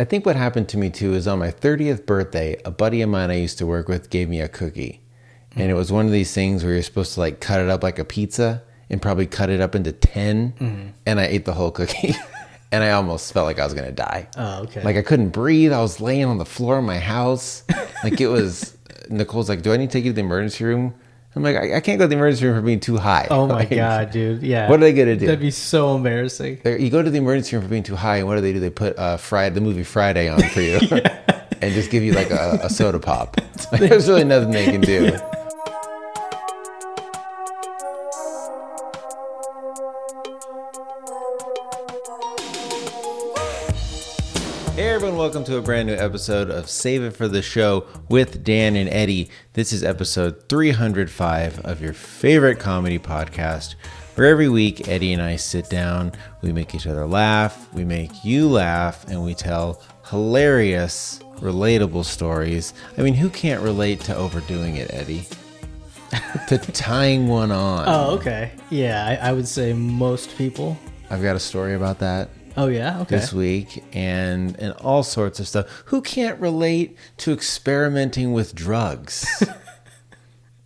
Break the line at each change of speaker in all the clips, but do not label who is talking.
I think what happened to me too is on my 30th birthday, a buddy of mine I used to work with gave me a cookie. And it was one of these things where you're supposed to like cut it up like a pizza and probably cut it up into 10.
Mm-hmm.
And I ate the whole cookie and I almost felt like I was going to die.
Oh, okay.
Like I couldn't breathe. I was laying on the floor of my house. Like it was, Nicole's like, Do I need to take you to the emergency room? I'm like, I, I can't go to the emergency room for being too high.
oh my
Like,
god, dude. Yeah.
What are they gonna do?
That'd be so embarrassing.
There- You go to the emergency room for being too high, and what do they do? They put uh, Friday, the movie Friday on for you, and just give you like a, a soda pop. Like, there's really nothing they can do. Hey everyone, welcome to a brand new episode of Save It for the Show with Dan and Eddie. This is episode 305 of your favorite comedy podcast, where every week Eddie and I sit down, we make each other laugh, we make you laugh, and we tell hilarious, relatable stories. I mean, who can't relate to overdoing it, Eddie? to tying one on.
Oh, okay. Yeah, I, I would say most people.
I've got a story about that.
Oh yeah. Okay.
this week and and all sorts of stuff. Who can't relate to experimenting with drugs?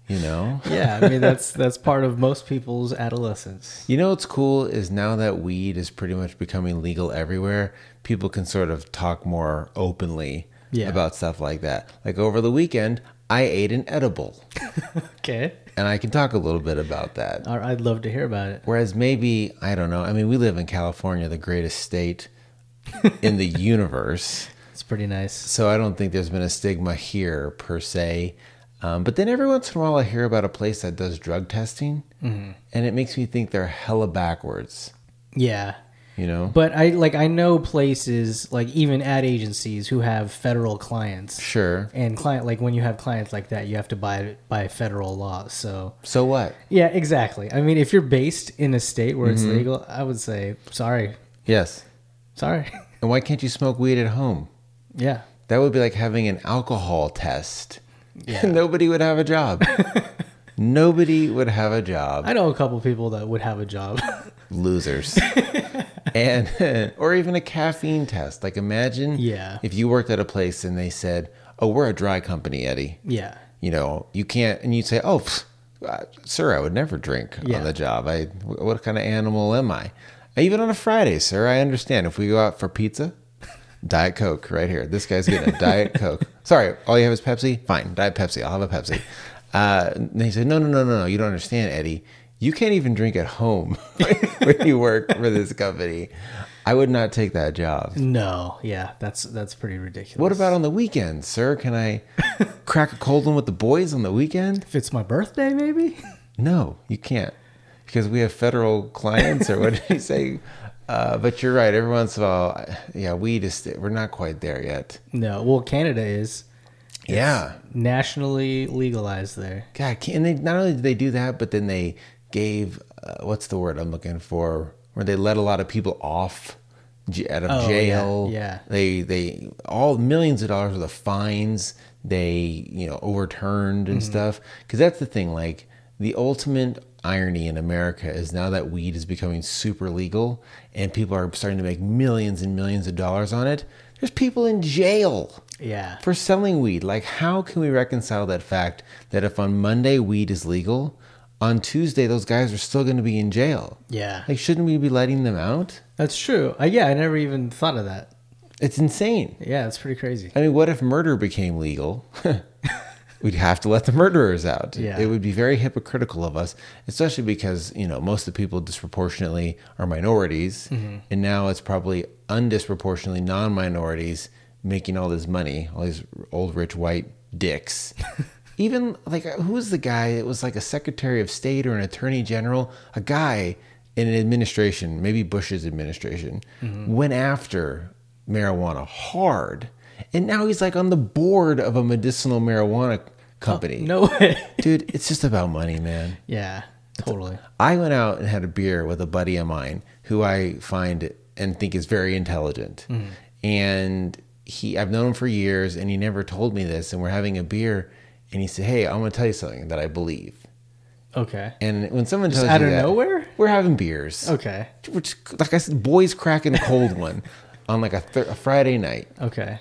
you know?
yeah, I mean that's that's part of most people's adolescence.
You know what's cool is now that weed is pretty much becoming legal everywhere, people can sort of talk more openly
Yeah.
about stuff like that. Like over the weekend, I ate an edible
Okay.
and I can talk a little bit about that.
All right, I'd love to hear about it.
Whereas maybe, I don't know, I mean, we live in California, the greatest state in the universe.
It's pretty nice.
so I don't think there's been a stigma here per se. Um, but then every once in a while, I hear about a place that does drug testing,
Mm-hmm.
and it makes me think they're hella backwards.
Yeah.
You know,
But I like I know places like even ad agencies who have federal clients.
sure.
And client like when you have clients like that, you have to buy by federal law. So
So what?
Yeah, exactly. I mean, if you're based in a state where it's
Mm-hmm.
legal, I would say sorry,
Yes.
sorry.
And why can't you smoke weed at home?
yeah,
That would be like having an alcohol test.
Yeah.
Nobody would have a job. Nobody would have a job.
I know a couple people that would have a job.
Losers. and or even a caffeine test. Like imagine
Yeah.
if you worked at a place and they said, "Oh, we're a dry company, Eddie."
yeah,
you know, you can't, and you'd say, oh, pff, uh, sir, I would never drink
Yeah.
on the job. I, wh- what kind of animal am I? Even on a Friday, sir, I understand. If we go out for pizza, Diet Coke right here. This guy's getting a Diet Coke. Sorry, all you have is Pepsi? Fine, Diet Pepsi. I'll have a Pepsi. Uh, and he said, no, no, no, no, no. You don't understand, Eddie. You can't even drink at home when you work for this company. I would not take that job.
no, yeah, that's that's pretty ridiculous.
What about on the weekend, sir? Can I crack a cold one with the boys on the weekend?
if it's my birthday? Maybe.
No, you can't because we have federal clients, or what did he say? Uh, but you're right. Every once in a while, yeah, we just we're not quite there yet.
No. Well, Canada is
yeah,
nationally legalized there.
God, can they? Not only did they do that, but then they gave uh, what's the word I'm looking for? Where they let a lot of people off j- out of
Oh, yeah,
jail.
yeah.
they they all millions of dollars worth of fines. They you know overturned
Mm-hmm.
and stuff. 'Cause stuff because that's the thing. Like the ultimate irony in America is now that weed is becoming super legal and people are starting to make millions and millions of dollars on it. There's people in jail
Yeah.
for selling weed. Like, how can we reconcile that fact that if on Monday weed is legal, on Tuesday those guys are still going to be in jail?
Yeah.
Like, shouldn't we be letting them out?
That's true. I, yeah, I never even thought of that.
It's insane.
Yeah, it's pretty crazy.
I mean, what if murder became legal? We'd have to let the murderers out.
Yeah.
It would be very hypocritical of us, especially because, you know, most of the people disproportionately are minorities. And now it's probably undisproportionately non minorities making all this money, all these old rich white dicks. Even like, who was the guy? It was like a secretary of state or an attorney general, a guy in an administration, maybe Bush's administration, went after marijuana hard. And now he's like on the board of a medicinal marijuana company.
No way.
Dude, it's just about money, man.
yeah, totally.
I went out and had a beer with a buddy of mine who I find and think is very intelligent.
Mm.
And he I've known him for years and he never told me this and we're having a beer and he said, "Hey, I'm going to tell you something that I believe."
Okay.
And when someone tells
out
you
of
that,
nowhere? Oh.
we're having beers.
Okay.
We're just, like I said, boys cracking a cold one. on like a, th- a Friday night.
Okay.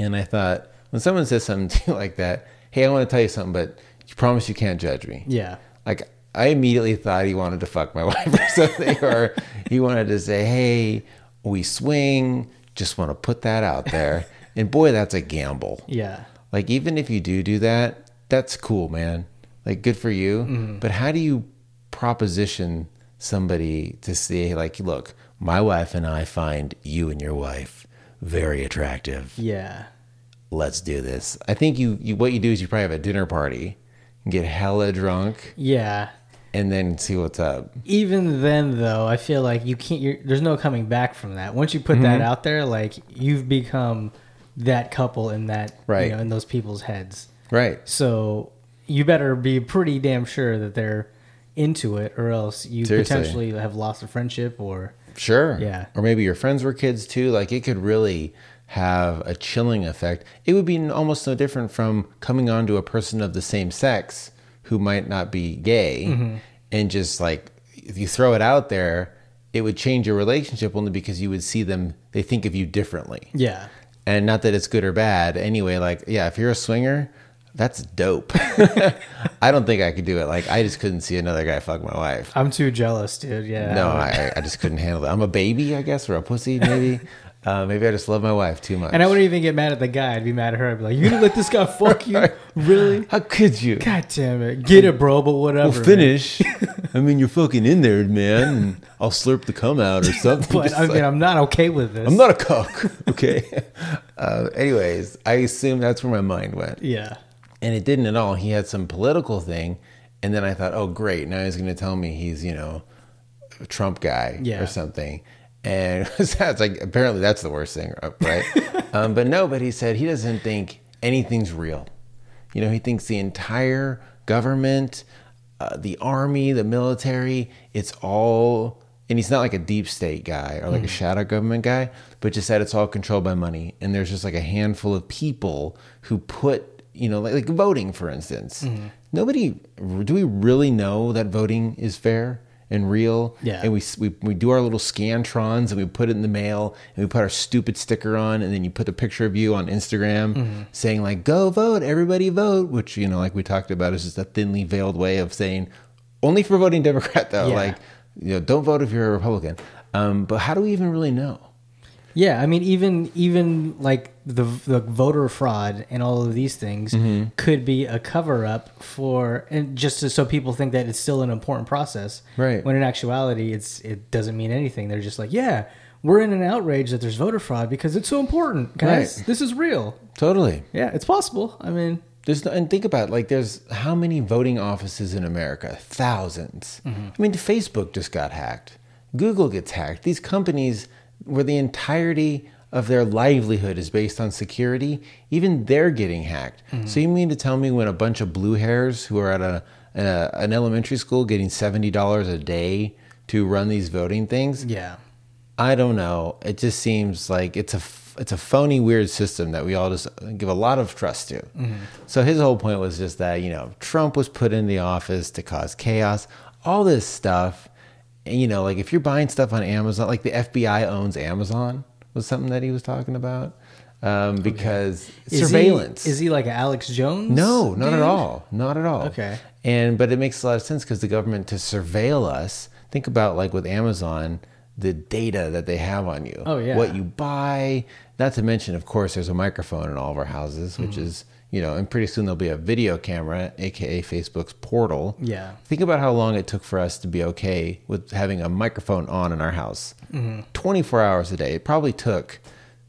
And I thought, when someone says something to you like that, hey, I want to tell you something, but you promise you can't judge me.
Yeah.
Like, I immediately thought he wanted to fuck my wife or something, or he wanted to say, hey, we swing, just want to put that out there. And boy, that's a gamble.
Yeah.
Like, even if you do do that, that's cool, man. Like, good for you. But how do you proposition somebody to say, like, look, my wife and I find you and your wife very attractive
Yeah.
let's do this. I think you, you what you do is you probably have a dinner party, get hella drunk,
Yeah.
and then see what's up.
Even then, though, I feel like you can't. You're, there's no coming back from that. Once you put that
Mm-hmm.
out there, like you've become that couple in that
Right.
you know, in those people's heads.
Right.
So you better be pretty damn sure that they're into it, or else you
Seriously.
potentially have lost a friendship. Or
Sure.
Yeah.
Or maybe your friends were kids too. Like it could really have a chilling effect. It would be n- almost no different from coming on to a person of the same sex who might not be gay and just like if you throw it out there, it would change your relationship only because you would see them they think of you differently.
yeah,
and not that it's good or bad anyway like yeah if you're a swinger that's dope i don't think i could do it like i just couldn't see another guy fuck my wife
I'm too jealous, dude. Yeah.
no i, I just couldn't handle that i'm a baby i guess or a pussy maybe uh, maybe i just love my wife too much
And I wouldn't even get mad at the guy. I'd be mad at her. I'd be like, "You gonna let this guy fuck you? Really?
how could you
God damn it! Get it, bro. But whatever.
Well,
man.
finish i mean you're fucking in there man and i'll slurp the cum out or something
But
Just
I mean,
like-
I'm not okay with this.
i'm not a cuck okay uh, anyways i assume that's where my mind went
Yeah.
and it didn't at all. He had some political thing, and then I thought, oh great, now he's going to tell me he's you know a Trump guy
Yeah.
or something. And that's like apparently that's the worst thing, uh, right? um, but no, but he said he doesn't think anything's real. You know, he thinks the entire government, uh, the army, the military, it's all. And he's not like a deep state guy or like
Mm.
a shadow government guy, but just that it's all controlled by money. And there's just like a handful of people who put, you know, like, like voting, for instance.
Mm-hmm.
Nobody, do we really know that voting is fair and real?
Yeah.
And we, we, we do our little scantrons and we put it in the mail and we put our stupid sticker on and then you put the picture of you on Instagram saying like go vote everybody vote which you know like we talked about is just a thinly veiled way of saying only for voting Democrat though
Yeah.
like you know don't vote if you're a Republican um, but how do we even really know
Yeah, I mean, even even like the the voter fraud and all of these things could be a cover up for and just so people think that it's still an important process.
Right.
When in actuality, it's it doesn't mean anything. They're just like, yeah, we're in an outrage that there's voter fraud because it's so important, guys.
Right.
This is real.
totally
Yeah, it's possible. I mean,
There's no, and think about it, like there's how many voting offices in America? 1000s I mean, Facebook just got hacked. Google gets hacked. These companies where the entirety of their livelihood is based on security, even they're getting hacked. So you mean to tell me when a bunch of blue hairs who are at a, a an elementary school getting seventy dollars a day to run these voting things?
yeah,
I don't know. It just seems like it's a f- it's a phony, weird system that we all just give a lot of trust to.
Mm-hmm.
So his whole point was just that you know Trump was put in the office to cause chaos, all this stuff, and you know like if you're buying stuff on Amazon, like the FBI owns Amazon was something that he was talking about um, because
Is he-
surveillance.
is he like Alex Jones?
No, not at
dude?
all. Not at all.
Okay.
And but it makes a lot of sense because the government to surveil us. Think about like with Amazon, the data that they have on you.
Oh, yeah.
What you buy. Not to mention, of course, there's a microphone in all of our houses, which
Mm.
is you know, and pretty soon there'll be a video camera, aka Facebook's portal.
Yeah.
Think about how long it took for us to be okay with having a microphone on in our house.
Mm-hmm.
24 hours a day. It probably took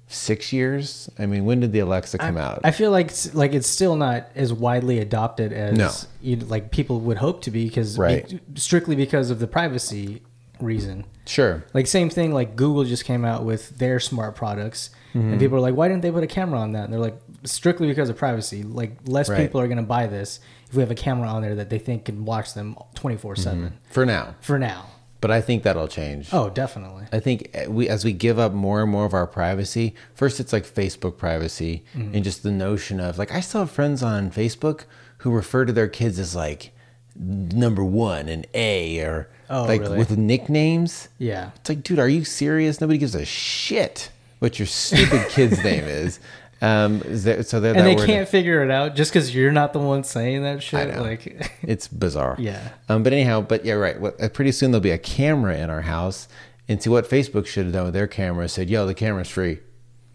six years. I mean, when did the Alexa come out?
I feel like it's- like it's still not as widely adopted as
No.
you like people would hope to be because
Right.
strictly because of the privacy reason.
sure.
Like same thing like Google just came out with their smart products
Mm-hmm.
and people are like why didn't they put a camera on that? And they're like strictly because of privacy. Like less
Right.
people are going to buy this if we have a camera on there that they think can watch them 24/7
Mm-hmm. For now.
for now.
But I think that'll change.
Oh, definitely.
I think eh, we, as we give up more and more of our privacy, first it's like Facebook privacy
Mm-hmm.
and just the notion of like, I still have friends on Facebook who refer to their kids as like number one and A or
Oh,
like
really?
with nicknames.
Yeah.
It's like, dude, are you serious? Nobody gives a shit what your stupid kid's name is. Um, is that, so they're
and
that
they
word-
can't figure it out just because you're not the one saying that shit.
know.
Like,
It's bizarre.
Yeah.
Um, but anyhow, but yeah, right. What, uh, pretty soon there'll be a camera in our house. And see what Facebook should have done with their camera is said, yo, the camera's free.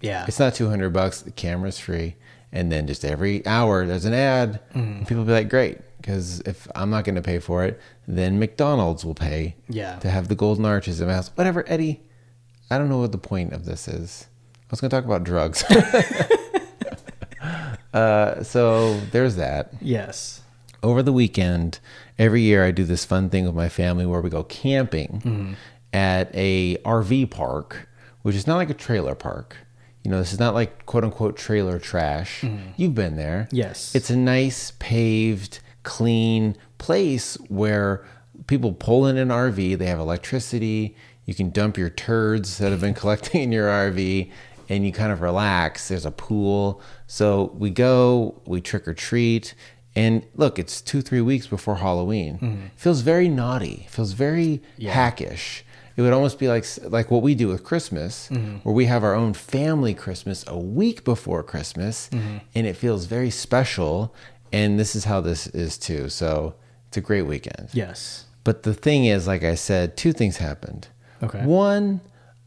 yeah,
It's not 200 bucks. The camera's free. And then just every hour there's an ad.
Mm.
And people be like, great. Because if I'm not going to pay for it, then McDonald's will pay
Yeah.
to have the golden arches in my house. Whatever, Eddie. I don't know what the point of this is. I was going to talk about drugs. uh, so there's that
yes,
over the weekend every year i do this fun thing with my family where we go camping at a rv park which is not like a trailer park you know this is not like quote unquote trailer trash you've been there
Yes.
it's a nice paved clean place where people pull in an rv they have electricity you can dump your turds that have been collecting in your rv and you kind of relax there's a pool so we go we trick or treat and look, it's two, three weeks before Halloween. Feels very naughty. Feels very hackish. It would almost be like like what we do with Christmas, where we have our own family Christmas a week before Christmas, and it feels very special. And this is how this is too. So it's a great weekend.
yes,
But the thing is, like I said, two things happened.
Okay.
One,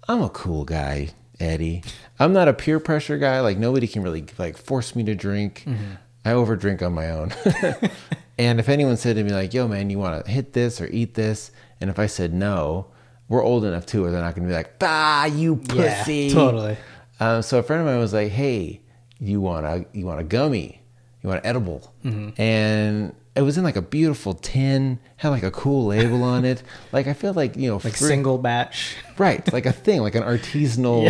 I'm a cool guy, Eddie. I'm not a peer pressure guy. Like nobody can really like force me to drink.
Mm-hmm.
I overdrink on my own. and if anyone said to me like, "Yo, man, you want to hit this or eat this?" and if I said no, we're old enough too, where they're not going to be like, "Ah, you
Yeah,
pussy."
totally.
Um, so a friend of mine was like, "Hey, you want a you want a gummy? You want an edible?"
Mm-hmm.
And it was in like a beautiful tin, had like a cool label on it. Like I feel like you know,
like
fruit-
single batch.
right? Like a thing, like an artisanal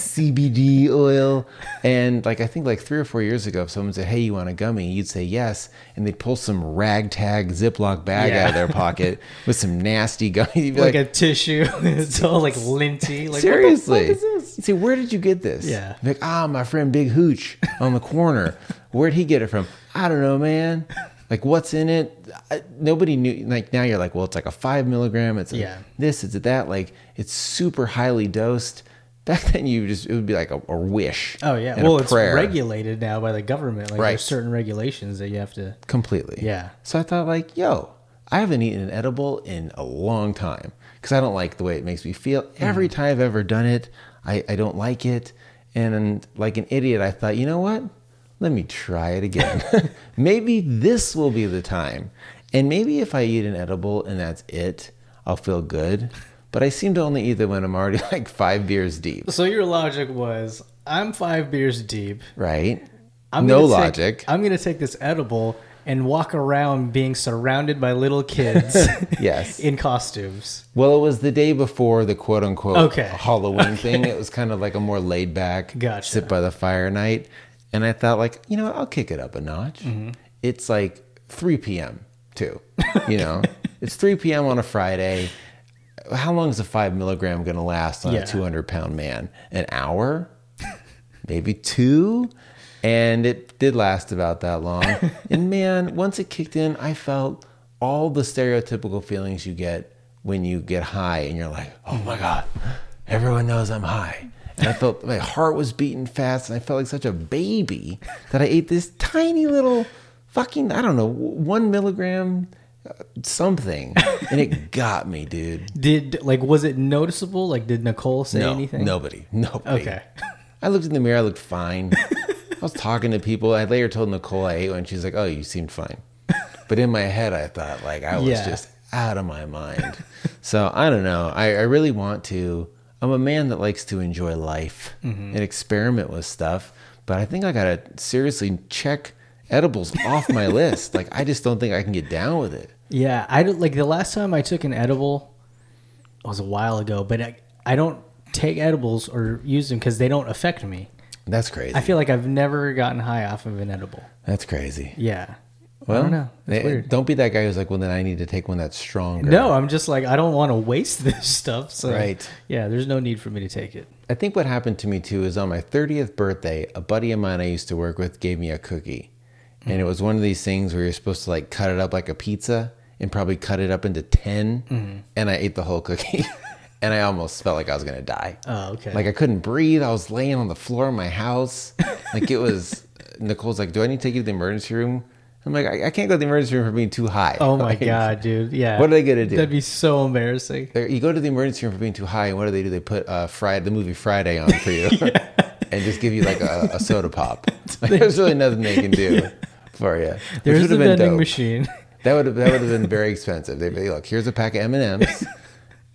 CBD oil. And like I think like three or four years ago, if someone said, "Hey, you want a gummy?" you'd say yes, and they'd pull some ragtag Ziploc bag
Yeah.
out of their pocket with some nasty gummy. You'd be
like, a tissue. it's all like linty. Like
Seriously.
what the fuck is this?
See, where did you get this?
Yeah.
Like, ah, my friend Big Hooch on the corner. Where'd he get it from? I don't know, man. Like, what's in it? I, nobody knew. Like, now you're like, well, it's like a five milligram. It's a
Yeah.
this, it's a that. Like, it's super highly dosed. Back then, you just, it would be like a, a wish.
Oh yeah,
and a
well it's
prayer.
regulated now by the government. Like
Right.
there's certain regulations that you have to.
completely.
Yeah.
So I thought like, yo, I haven't eaten an edible in a long time because I don't like the way it makes me feel.
Mm-hmm.
Every time I've ever done it, I, I don't like it. And like an idiot, I thought, you know what? Let me try it again. maybe this will be the time. And maybe if I eat an edible and that's it, I'll feel good. But I seem to only eat them when I'm already like five beers deep,
So your logic was, I'm five beers deep.
right?
I'm
no
gonna take-
logic.
I'm gonna take this edible and walk around being surrounded by little kids.
Yes.
in costumes.
Well, it was the day before the quote unquote
Okay.
Halloween thing. It was kind of like a more laid back
Gotcha.
sit by the fire night. And I thought, like, you know what? I'll kick it up a notch.
Mm-hmm.
It's like 3 p.m., too. You know, it's 3 p.m. on a Friday. How long is a five milligram going to last on
Yeah.
a 200 pound man? An hour? Maybe two? And it did last about that long. and man, once it kicked in, I felt all the stereotypical feelings you get when you get high and you're like, oh my God, everyone knows I'm high. And I felt my heart was beating fast and I felt like such a baby that I ate this tiny little fucking, I don't know, one milligram uh, something. And it got me, dude.
Did like was it noticeable? Like did Nicole say
No,
anything?
Nobody. Nobody.
Okay.
I looked in the mirror. I looked fine. I was talking to people. I later told Nicole I ate one. She's like, "Oh, you seemed fine," but in my head, I thought like I was
Yeah.
just out of my mind. so I don't know. I, I really want to. I'm a man that likes to enjoy life
Mm-hmm.
and experiment with stuff, but I think I gotta seriously check edibles off my list. Like I just don't think I can get down with it.
Yeah, I don't like the last time I took an edible it was a while ago, but I, I don't take edibles or use them because they don't affect me.
That's crazy.
I feel like I've never gotten high off of an edible.
That's crazy.
Yeah.
Well,
I don't know. It's
eh,
weird.
don't be that guy who's like, "Well, then I need to take one that's stronger."
No, I'm just like I don't want to waste this stuff. So
Right.
yeah, there's no need for me to take it.
I think what happened to me too is on my 30th birthday, a buddy of mine I used to work with gave me a cookie. And it was one of these things where you're supposed to like
Mm-hmm.
cut it up like a pizza and probably cut it up into 10. And I ate the whole cookie. and and I almost felt like I was gonna die.
Oh, okay.
Like I couldn't breathe. I was laying on the floor of my house. Like it was. uh, Nicole's like, "Do I need to take you to the emergency room?" I'm like, "I, I can't go to the emergency room for being too high."
oh my
Like,
god, dude. Yeah.
What are they gonna do?
That'd be so embarrassing.
There- You go to the emergency room for being too high, and what do they do? They put uh, Friday, the movie Friday on for you, and just give you like a, a soda pop. Like, there's really nothing they can do for you. which
There's
would've
the
been
vending
dope.
machine.
That would have that would have been very expensive. They'd be like, "Here's a pack of M and M's,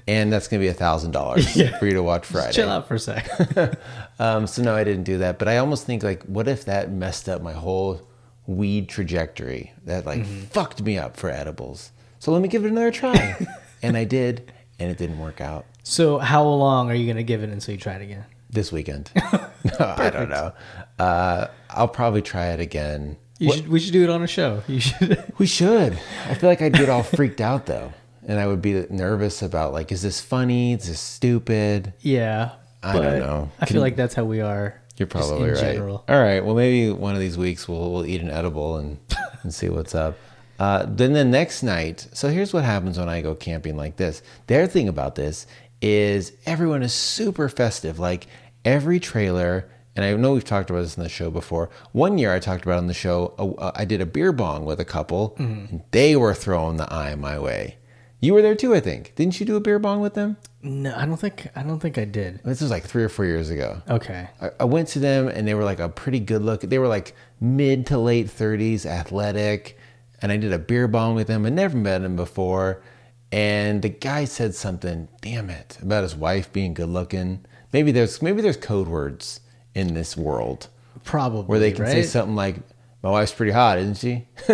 and that's gonna be a thousand dollars
Yeah.
for you to watch Friday."
Chill out for a sec.
Um, so no, I didn't do that. But I almost think like, what if that messed up my whole weed trajectory? That like
Mm-hmm.
fucked me up for edibles. So let me give it another try, and I did, and it didn't work out.
so how long are you gonna give it until you try it again?
this weekend. no, I don't know. Uh, I'll probably try it again.
You should, we should do it on a show. You should.
We should. I feel like I'd get all freaked out though, and I would be nervous about like, is this funny? Is this stupid?
yeah.
I don't
but
know.
I feel like that's how we are.
You're
just
probably
in
right.
general.
All right. Well, maybe one of these weeks we'll, we'll eat an edible and, and see what's up. Uh, then the next night, so here's what happens when I go camping like this. Their thing about this is everyone is super festive. Like every trailer, and I know we've talked about this in the show before. One year I talked about on the show, uh, I did a beer bong with a couple,
Mm-hmm.
and they were throwing the eye my way. You were there too, I think. Didn't you do a beer bong with them?
No, I don't think I don't think I did.
This was like three or four years ago.
Okay.
I, I went to them and they were like a pretty good look. They were like mid to late 30s, athletic. And I did a beer bong with them. I never met him before. And the guy said something, damn it, about his wife being good looking. Maybe there's maybe there's code words in this world
Probably.
where they can
right?
say something like, "My wife's pretty hot, isn't she?"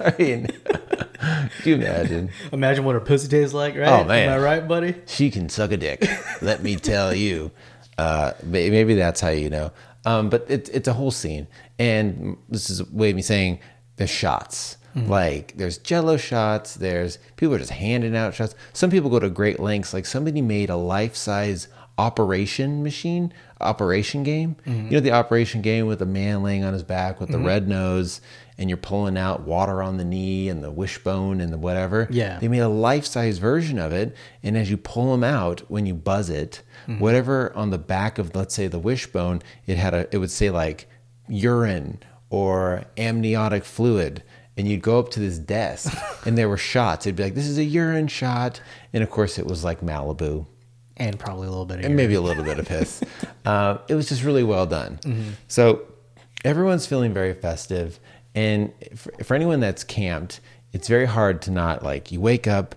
I mean, do you imagine?
Imagine what her pussy tastes like, right?
Oh, man.
Am I right, buddy?
she can suck a dick. let me tell you. Uh, may- maybe that's how you know. Um, but it, it's a whole scene, and this is a way of me saying the shots. Like there's Jello shots. There's people are just handing out shots. Some people go to great lengths. Like somebody made a life size operation machine operation game you know the operation game with a man laying on his back with the red nose and you're pulling out water on the knee and the wishbone and the whatever
Yeah.
they made a life size version of it. And as you pull them out, when you buzz it, whatever on the back of, let's say, the wishbone, it had a, it would say like urine or amniotic fluid. And you'd go up to this desk and there were shots. It'd be like, this is a urine shot. And of course, it was like Malibu
And probably a little bit of
and
urine.
maybe a little bit of piss. uh, it was just really well done. So everyone's feeling very festive, and for, for anyone that's camped, it's very hard to not like you wake up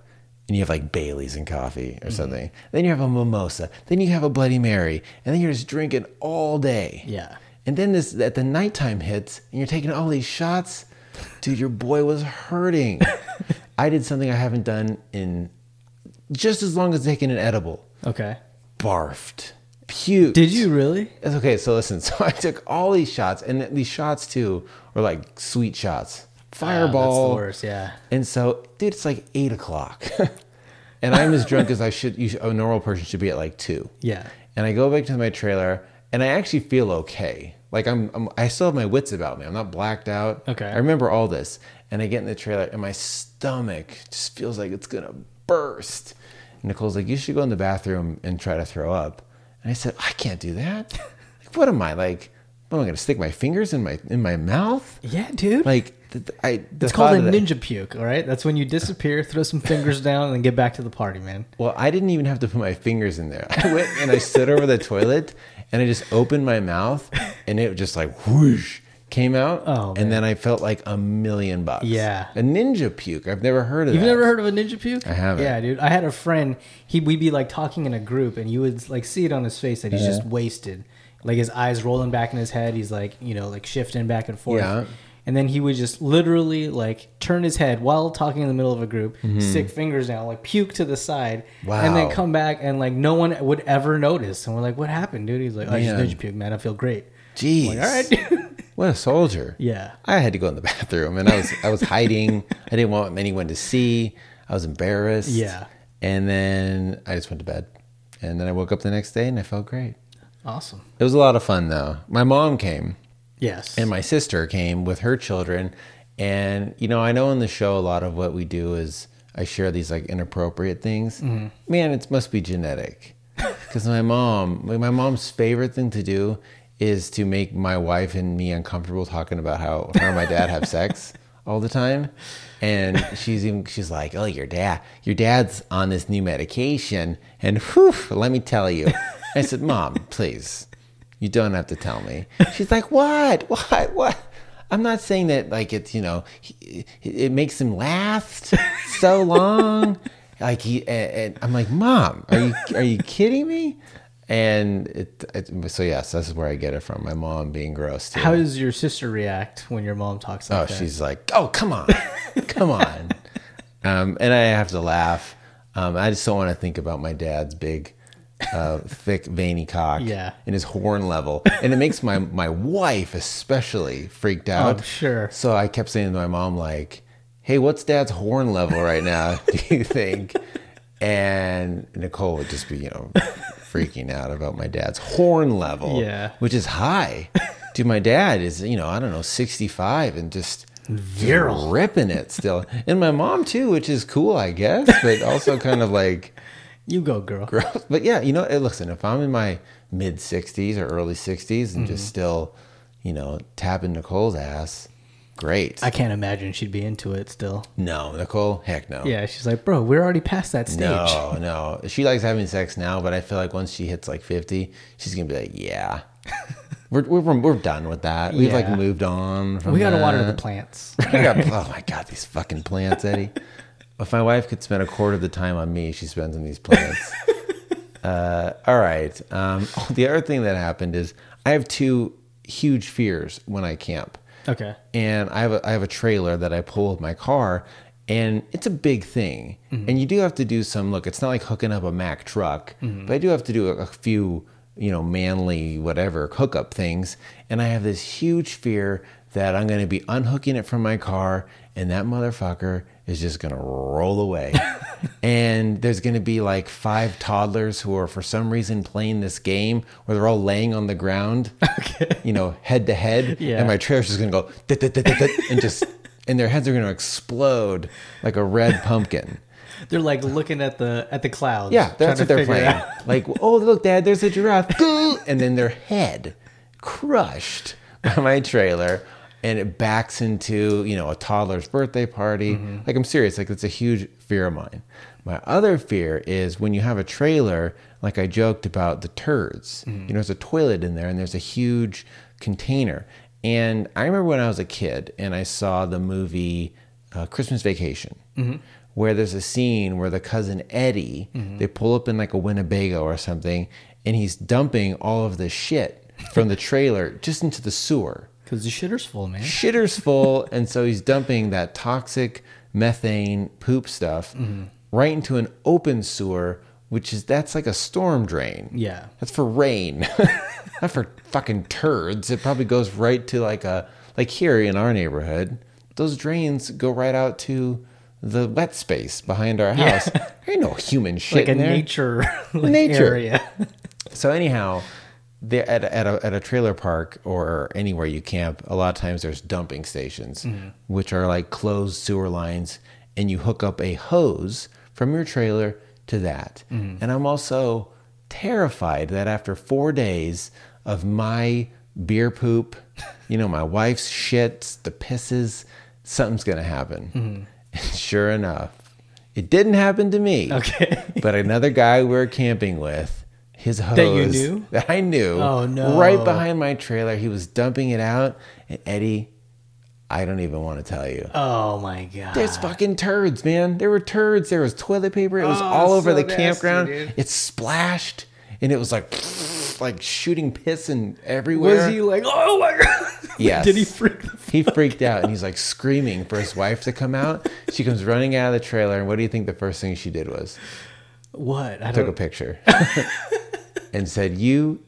and you have like Bailey's and coffee or something. Then you have a mimosa. Then you have a Bloody Mary, and then you're just drinking all day.
Yeah.
And then this at the nighttime hits, and you're taking all these shots. Dude, your boy was hurting. I did something I haven't done in just as long as taking an edible
Okay.
barfed, puked.
Did you really?
It's okay. So listen. So I took all these shots, and these shots too were like sweet shots,
Oh,
fireball.
that's the worst. Yeah.
And so, dude, it's like eight o'clock, and I'm as drunk as I should. You, should- a normal person should be at like two.
Yeah.
And I go back to my trailer, and I actually feel okay. Like I'm, I'm I still have my wits about me. I'm not blacked out.
Okay.
I remember all this, and I get in the trailer, and my stomach just feels like it's gonna burst. And Nicole's like, "You should go in the bathroom and try to throw up." And I said, "I can't do that. Like, what am I like? What am I gonna stick my fingers in my in my mouth?
Yeah, dude.
Like, th- th- I." the
it's called
thought
a
of that-
ninja puke, all right? That's when you disappear, throw some fingers down, and then get back to the party, man.
Well, I didn't even have to put my fingers in there. I went and I stood over the toilet and I just opened my mouth and it just like whoosh came out.
Oh,
and then I felt like a million bucks.
Yeah.
A ninja puke. I've never heard of
You've
that.
never heard of a ninja puke? I
haven't.
Yeah, dude. I had a friend. He we'd be like talking in a group, and you would like see it on his face that he's just wasted, like his eyes rolling back in his head. He's like you know like shifting back and forth.
Yeah.
And then he would just literally like turn his head while talking in the middle of a group, stick fingers down, like puke to the side, and then
Mm-hmm. Wow.
come back and like no one would ever notice. And we're like, "What happened, dude?" He's like, "I just
Man.
ninja puke, man. I feel great."
Jeez.
Like, all right, dude.
What a soldier.
Yeah.
I had to go in the bathroom and I was I was hiding. I didn't want anyone to see. I was embarrassed.
Yeah.
And then I just went to bed. And then I woke up the next day and I felt great.
awesome.
It was a lot of fun though. My mom came.
Yes.
and my sister came with her children and you know i know in the show a lot of what we do is I share these like inappropriate things. Man, it must be genetic. Because my mom, my my mom's favorite thing to do is to make my wife and me uncomfortable talking about how her and my dad have sex all the time. And she's even she's like, "Oh, your dad, your dad's on this new medication." And whew, let me tell you, I said, "Mom, please, you don't have to tell me." She's like, "What? What? What?" I'm not saying that like it's you know he, it makes him last so long. Like he and, and I'm like, "Mom, are you are you kidding me?" And it, it so yes, this is where I get it from. My mom being gross too.
How does your sister react when your mom talks like
Oh,
that?
she's like, oh, come on, come on. Um, and I have to laugh. Um, I just don't want to think about my dad's big, uh, thick, veiny cock
Yeah.
and his horn level. And it makes my, my wife especially freaked out.
Oh, sure.
So I kept saying to my mom, like, hey, what's dad's horn level right now, do you think? And Nicole would just be, you know, freaking out about my dad's horn level,
Yeah.
which is high. Dude, my dad is, you know, I don't know, 65 and just
Virile.
ripping it still. And my mom too, which is cool, I guess, but also kind of like,
you go, girl.
gross. But yeah, you know, eh, listen, if I'm in my mid 60s or early 60s and
Mm-hmm.
just still, you know, tapping Nicole's ass, great.
I can't imagine she'd be into it still.
no, Nicole, heck no.
Yeah, she's like, bro, we're already past that stage.
No, no. She likes having sex now, but I feel like once she hits like 50, she's going to be like, yeah. We're, we're, we're done with that. We've like
Yeah.
moved on. From
We gotta water the
that.
plants.
I got, oh my god, these fucking plants, Eddie. If my wife could spend a quarter of the time on me, she spends on these plants. uh, all right. Um, oh, the other thing that happened is I have two huge fears when I camp,
Okay.
and I have a, I have a trailer that I pull with my car, and it's a big thing. And you do have to do some look. It's not like hooking up a Mack truck, but I do have to do a, a few you know manly whatever hookup things. And I have this huge fear that I'm going to be unhooking it from my car, and that motherfucker is just going to roll away. and there's going to be like five toddlers who are for some reason playing this game where they're all laying on the ground, you know, head to head.
Yeah.
And my trailer's just going to go dit, dit, dit, dit, dit, and just, and their heads are going to explode like a red pumpkin.
They're like looking at the at the clouds.
Yeah,
trying
that's
to
what they're
figure
playing.
out-
Like, oh look, Dad, there's a giraffe, Goo! and then their head crushed by my trailer, and it backs into you know a toddler's birthday party.
Mm-hmm.
Like, I'm serious. Like, it's a huge fear of mine. My other fear is when you have a trailer, like I joked about the turds.
Mm-hmm.
You know, there's a toilet in there, and there's a huge container. And I remember when I was a kid, and I saw the movie uh, Christmas Vacation, where there's a scene where the cousin Eddie, they pull up in like a Winnebago or something, and he's dumping all of the shit from the trailer just into the sewer.
Cause the shitter's full, man.
Shitter's full, and so he's dumping that toxic methane poop stuff right into an open sewer, which is that's like a storm drain.
Yeah.
That's for rain. Not for fucking turds. It probably goes right to like a like here in our neighborhood. Those drains go right out to the wet space behind our house. There ain't no human shit
Like a
in there.
nature like
Nature.
area.
So anyhow, there at a, at a at a trailer park or anywhere you camp, a lot of times there's dumping stations, which are like closed sewer lines, and you hook up a hose from your trailer to that. And I'm also terrified that after four days of my beer poop, you know, my wife's shits, the pisses, something's gonna happen. And sure enough, it didn't happen to me.
Okay.
But another guy we were camping with, his hose
That you knew?
that I knew.
Oh, no.
Right behind my trailer, he was dumping it out, and Eddie, I don't even want to tell you.
Oh my god.
There's fucking turds, man. There were turds. There was toilet paper. It was
Oh,
all over
so
the
nasty,
campground.
dude.
It splashed, and it was like, like shooting piss and everywhere.
Was he like, oh my god?
Yes.
Did he freak the
He freaked out and he's like screaming for his wife to come out. She comes running out of the trailer, and what do you think the first thing she did was?
What? I
took
don't
a picture and said, "You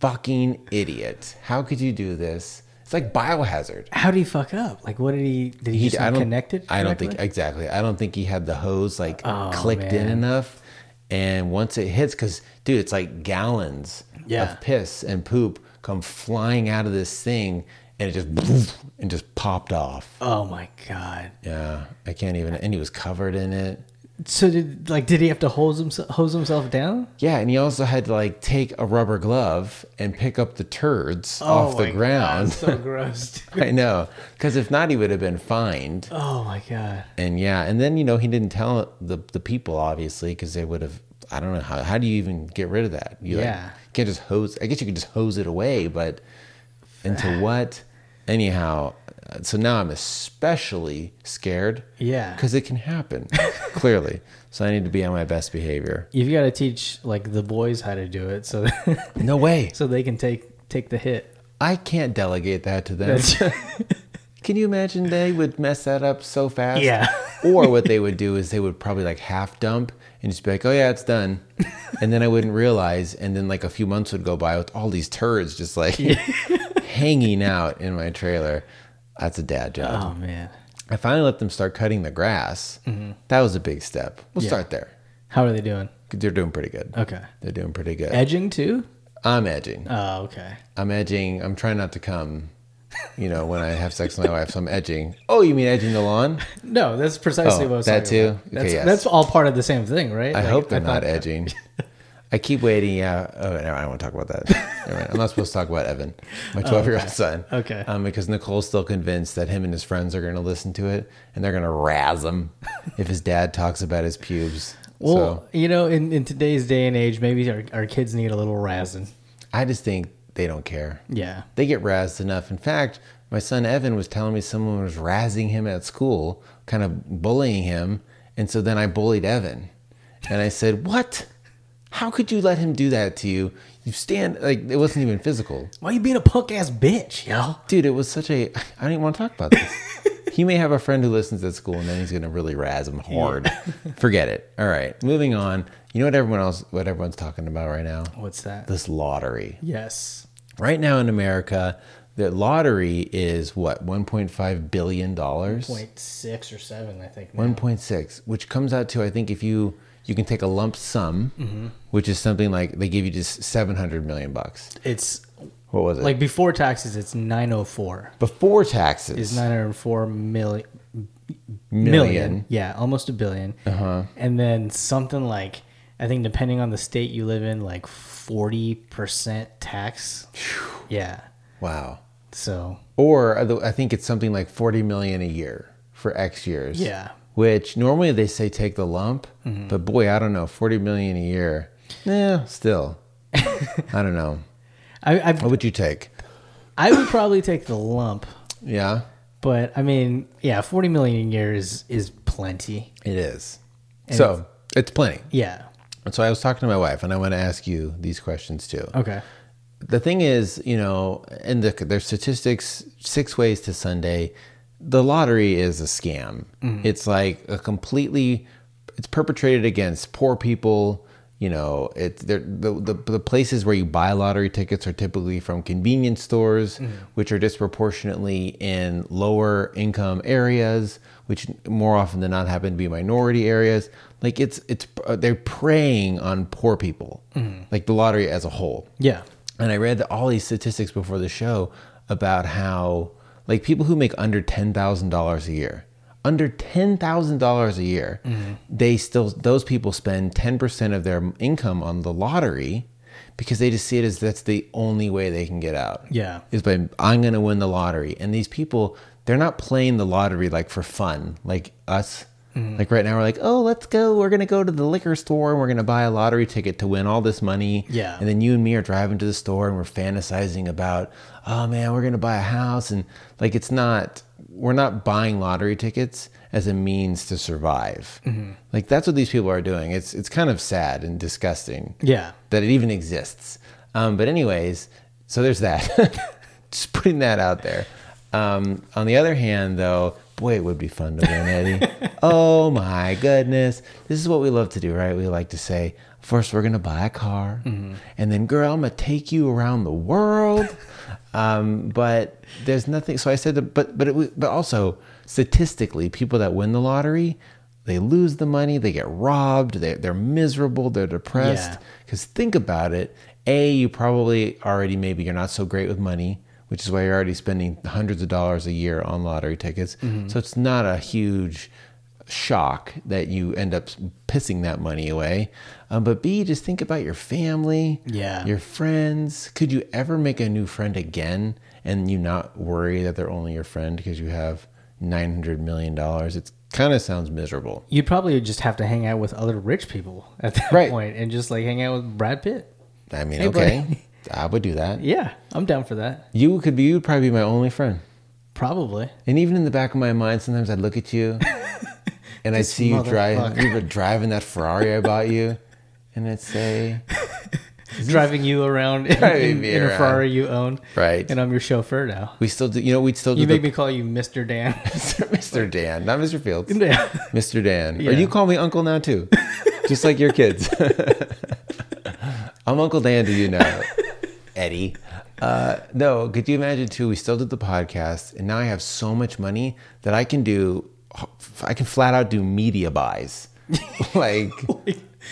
fucking idiot! How could you do this? It's like biohazard."
how did he fuck up? Like what did he did he, just
I
not
don't
connect it?
I don't think
correctly?
exactly. I don't think he had the hose like
Oh,
clicked in
man.
enough. And once it hits, because dude, it's like gallons
Yeah.
of piss and poop come flying out of this thing, and it just poof, and just popped off.
Oh my god.
Yeah, I can't even. And he was covered in it.
So did like did he have to hose himself hose himself down?
Yeah, and he also had to like take a rubber glove and pick up the turds
Oh
off the ground.
so gross.
I know, because if not, he would have been fined.
Oh my god.
And yeah, and then you know he didn't tell the the people obviously because they would have. I don't know how. How do you even get rid of that? You like,
Yeah.
can't just hose. I guess you could just hose it away, but into what? Anyhow, uh, so now I'm especially scared.
Yeah.
because it can happen. clearly, so I need to be on my best behavior.
You've got to teach like the boys how to do it so
No way.
so they can take take the hit.
I can't delegate that to them.
That's-
Can you imagine they would mess that up so fast?
Yeah.
or what they would do is they would probably like half dump and just be like, "Oh yeah, it's done," and then I wouldn't realize, and then like a few months would go by with all these turds just like hanging out in my trailer. That's a dad job.
oh man.
I finally let them start cutting the grass.
Mm-hmm.
That was a big step. We'll start there.
How are they doing?
They're doing pretty good.
Okay.
They're doing pretty good.
Edging too?
I'm edging.
Oh, okay.
I'm edging. I'm trying not to come. You know, when I have sex with my wife, so I'm edging. Oh, you mean edging the lawn?
No, that's precisely
Oh,
what I was
that
talking
too?
about.
Okay,
That's,
yes.
that's all part of the same thing, right?
I
Like,
hope they're
thought-
not edging. I keep waiting. Yeah. Oh, never mind, I want to talk about that. Never mind. I'm not supposed to talk about Evan, my 12 year old son.
Oh, Okay.
Um, because Nicole's still convinced that him and his friends are going to listen to it and they're going to razz him if his dad talks about his pubes.
Well, you know, in, in today's day and age, maybe our, our kids need a little razzing.
so I just think they don't care.
Yeah.
They get razzed enough. In fact, my son Evan was telling me someone was razzing him at school, kind of bullying him. And so then I bullied Evan. And I said, What? How could you let him do that to you? You stand, like, it wasn't even physical.
Why you being a punk ass bitch, yo?
Dude, it was such a. I don't even want to talk about this. he may have a friend who listens at school and then he's going to really razz him hard. Forget it. All right, moving on. You know what everyone else, what everyone's talking about right now?
What's that?
This lottery
yes.
right now in America, the lottery is what 1.5 billion dollars,
Point six or seven, I think. now.
1.6, which comes out to I think if you you can take a lump sum,
Mm-hmm.
which is something like they give you just 700 million bucks.
It's
What was it?
like before taxes, it's 904.
before
It's
taxes,
904 million.
million. Uh-huh.
Yeah, almost a 1000000000 And then something like, I think depending on the state you live in, like 40% tax. Yeah.
Wow.
So,
Or other- I think it's something like 40 million a year for X years.
Yeah. Mm-hmm.
Which normally they say take the lump, but boy, I don't know, 40 million a year. Yeah, still. I don't know.
I, I,
What would you take?
I would probably take the lump,
Yeah.
but I mean, yeah, 40 million a year is, is plenty.
It is. so it's, plenty.
Yeah.
And so I was talking to my wife, and I want to ask you these questions too.
Okay.
The thing is, you know, and the, there's statistics six ways to Sunday. The lottery is a scam. It's like a completely, it's perpetrated against poor people. You know, it they're- the, the the places where you buy lottery tickets are typically from convenience stores, which are disproportionately in lower income areas, which more often than not happen to be minority areas. Like it's it's uh, they're preying on poor people, like the lottery as a whole.
Yeah.
And I read all these statistics before the show about how like people who make under ten thousand dollars a year, under ten thousand dollars a year,
Mm-hmm.
they still those people spend ten percent of their income on the lottery because they just see it as that's the only way they can get out
Yeah.
is by I'm going to win the lottery. And these people, they're not playing the lottery like for fun, like us.
Mm-hmm.
Like right now, we're like, oh, let's go. We're going to go to the liquor store and we're going to buy a lottery ticket to win all this money.
Yeah.
And then you and me are driving to the store and we're fantasizing about, oh man, we're going to buy a house. And like, it's not, we're not buying lottery tickets as a means to survive. Like, that's what these people are doing. It's, it's kind of sad and disgusting
Yeah.
that it even exists. Um, but anyways, so there's that. Just putting that out there. Um, on the other hand, though, boy, it would be fun to win, Eddie. oh my goodness, this is what we love to do, right? We like to say, first we're gonna buy a car, and then, girl, I'm gonna take you around the world. um, but there's nothing. So I said, that, but but it, w- but also statistically, people that win the lottery. They lose the money, they get robbed, they, they're miserable, they're depressed.
Yeah.
Because think about it. A, you probably already maybe you're not so great with money, which is why you're already spending hundreds of dollars a year on lottery tickets. So it's not a huge shock that you end up pissing that money away. Um, but B, just think about your family,
Yeah.
your friends. Could you ever make a new friend again and you not worry that they're only your friend because you have $900 million? It kind of sounds miserable.
You'd probably just have to hang out with other rich people at that
Right.
point and just like hang out with Brad Pitt.
I mean,
Hey,
okay,
buddy.
I would do that.
Yeah, I'm down for that.
You could be, you would probably be my only friend.
Probably.
And even in the back of my mind, sometimes I'd look at you and I'd see you driving,
motherfucker.
you were driving that Ferrari I bought you, and I'd say,
Driving you around in,
Driving
in,
me
in a
around.
Ferrari you own.
Right.
And I'm your chauffeur now.
we still do, you know, we'd still do
You
the
make me call you Mr. Dan.
Mr. Dan, not Mr. Fields.
Yeah.
Mr. Dan.
Yeah.
Or you call me Uncle now too. Just like your kids. I'm Uncle Dan to you now. Eddie. Uh, no, could you imagine too? We still did the podcast, and now I have so much money that I can do, I can flat out do media buys, like,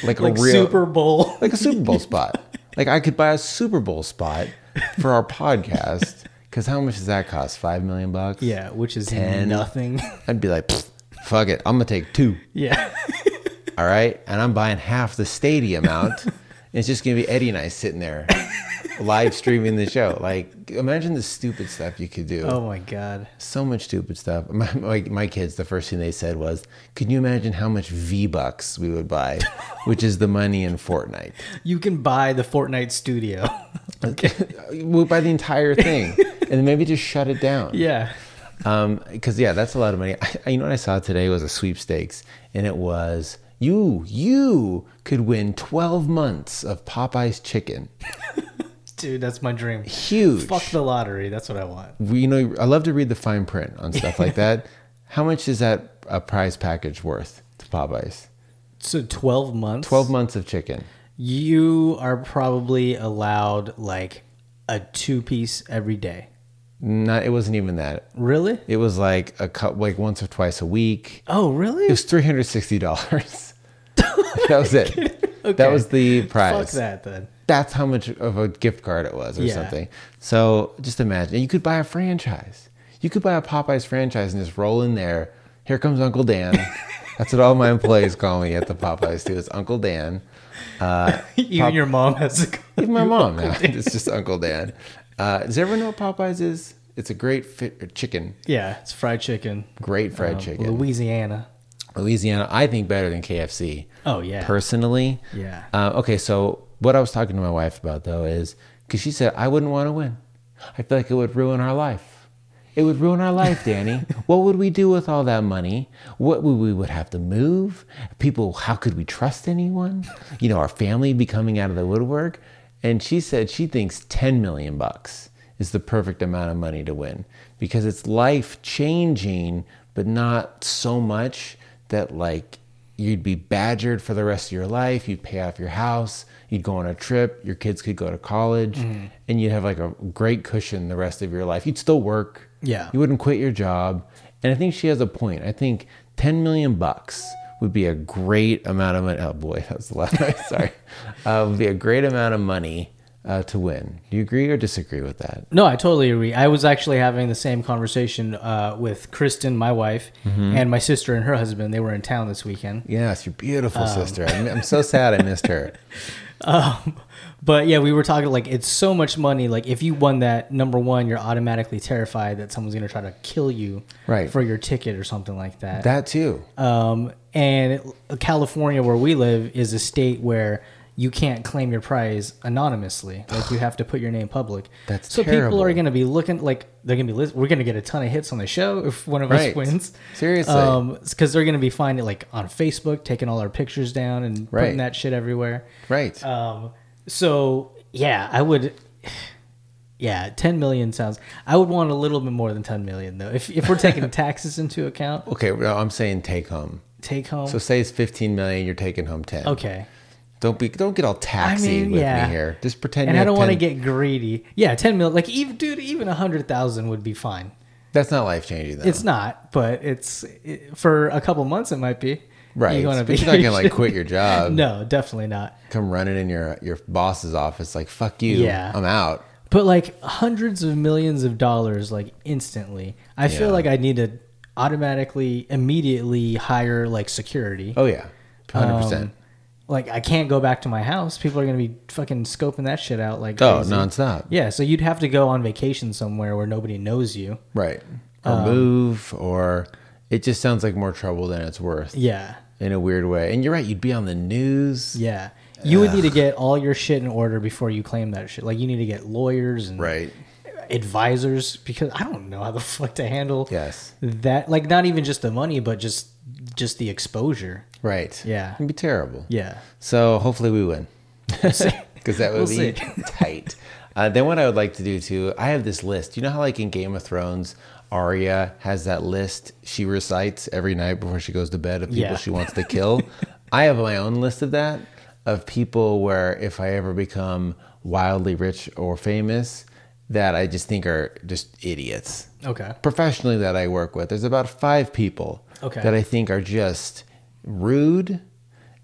like, a
like
real
Super Bowl.
like a Super Bowl spot. Like I could buy a Super Bowl spot for our podcast. Because how much does that cost? Five million bucks.
Yeah, which is
Ten.
nothing.
I'd be like, "Pfft, fuck it, I'm gonna take two.
yeah.
All right, and I'm buying half the stadium out. and it's just gonna be Eddie and I sitting there, live streaming the show. Like, imagine the stupid stuff you could do.
Oh my God.
So much stupid stuff. My, my, my kids, the first thing they said was, "Can you imagine how much V bucks we would buy, which is the money in Fortnite?"
You can buy the Fortnite studio.
We'll buy the entire thing, and then maybe just shut it down.
yeah.
because yeah, that's a lot of money. I, you know what I saw today was a sweepstakes, and it was you you could win twelve months of Popeye's chicken.
Dude, that's my dream.
Huge.
Fuck the lottery. That's what I want.
We- You know, I love to read the fine print on stuff like that. How much is that a prize package worth to Popeyes?
So 12 months.
Twelve months of chicken.
You are probably allowed like a two piece every day.
Not. It wasn't even that.
Really?
It was like a cup, like once or twice a week.
Oh,
It
really?
was three hundred sixty dollars. that was it.
Okay.
That was the
Fuck
prize.
that then.
that's how much of a gift card it was or
Yeah.
something. So just imagine you could buy a franchise. You could buy a Popeyes franchise and just roll in there. Here comes Uncle Dan. that's what all my employees call me at the Popeyes too. It's Uncle Dan.
you and your mom has to go.
Even my mom now. It's just Uncle Dan. Uh, does everyone know what Popeyes is? It's a great fit, chicken,
Yeah, it's fried chicken.
great fried
Um,
chicken.
Louisiana.
Louisiana, I think better than KFC.
Oh, yeah.
Personally.
Yeah.
Uh, okay, so what I was talking to my wife about though is because she said I wouldn't want to win. I feel like it would ruin our life. It would ruin our life, Danny. what would we do with all that money? What would we would have to move? People, how could we trust anyone? You know, our family be coming out of the woodwork. And she said she thinks 10 million bucks is the perfect amount of money to win because it's life changing, but not so much that like you'd be badgered for the rest of your life. You'd pay off your house. You'd go on a trip. Your kids could go to college, and you'd have like a great cushion the rest of your life. You'd still work.
Yeah.
you wouldn't quit your job. And I think she has a point. I think ten million bucks would be a great amount of money. Oh boy, that's a lot. Sorry, uh, would be a great amount of money uh, to win. Do you agree or disagree with that?
No, I totally agree. I was actually having the same conversation uh, with Kristen, my wife, and my sister and her husband. They were in town this weekend.
Yes, your beautiful sister. I'm, I'm so sad I missed her.
Um, but yeah, we were talking like it's so much money. Like if you won that, number one, you're automatically terrified that someone's gonna try to kill you
Right.
for your ticket or something like that.
That too.
um, and it- California, where we live, is a state where you can't claim your prize anonymously. Like you have to put your name public.
That's
so
terrible.
people are gonna be looking like they're gonna be. Lis- we're gonna get a ton of hits on the show if one of
Right.
us wins.
Seriously.
because they're gonna be finding like on Facebook, taking all our pictures down and
Right.
putting that shit everywhere.
Right.
Um, so yeah, I would. Yeah, ten million sounds. I would want a little bit more than ten million though. If if we're taking taxes into account,
okay, well, I'm saying take home.
take home.
So say it's 15 million, you're taking home 10.
okay,
Don't be don't get all taxy
I mean,
with
yeah.
me here. Just pretend
and
you
I don't
have
want to
10
get greedy. Yeah, ten million. Like even dude, even a hundred thousand would be fine.
That's not life changing though.
It's not, but it's it, for a couple months it might be.
right.
You
You're,
go on
not
a
going to like
vacation.
quit your job.
No, definitely not.
Come running in your your boss's office like fuck you.
Yeah.
I'm out.
put like hundreds of millions of dollars like instantly. I feel
Yeah.
like I need to automatically, immediately hire like security.
Oh yeah, hundred percent.
Um, Like I can't go back to my house. People are gonna be fucking scoping that shit out like
Oh,
crazy.
nonstop.
Yeah, so you'd have to go on vacation somewhere where nobody knows you.
Right. Or
Um,
move, or it just sounds like more trouble than it's worth
Yeah,
in a weird way. And you're right. You'd be on the news.
yeah. You would need to get all your shit in order before you claim that shit. Like you need to get lawyers and
Right.
advisors because I don't know how the fuck to handle
Yes.
that. Like not even just the money, but just just the exposure.
Right.
Yeah.
It'd be terrible.
Yeah.
So hopefully we win. because that would
We'll
be
see.
tight. Uh, then what I would like to do too, I have this list. You know how like in Game of Thrones, Arya has that list she recites every night before she goes to bed of people
Yeah.
she wants to kill. I have my own list of that of people where if I ever become wildly rich or famous, that I just think are just idiots
Okay.
professionally that I work with, there's about five people
Okay.
that I think are just rude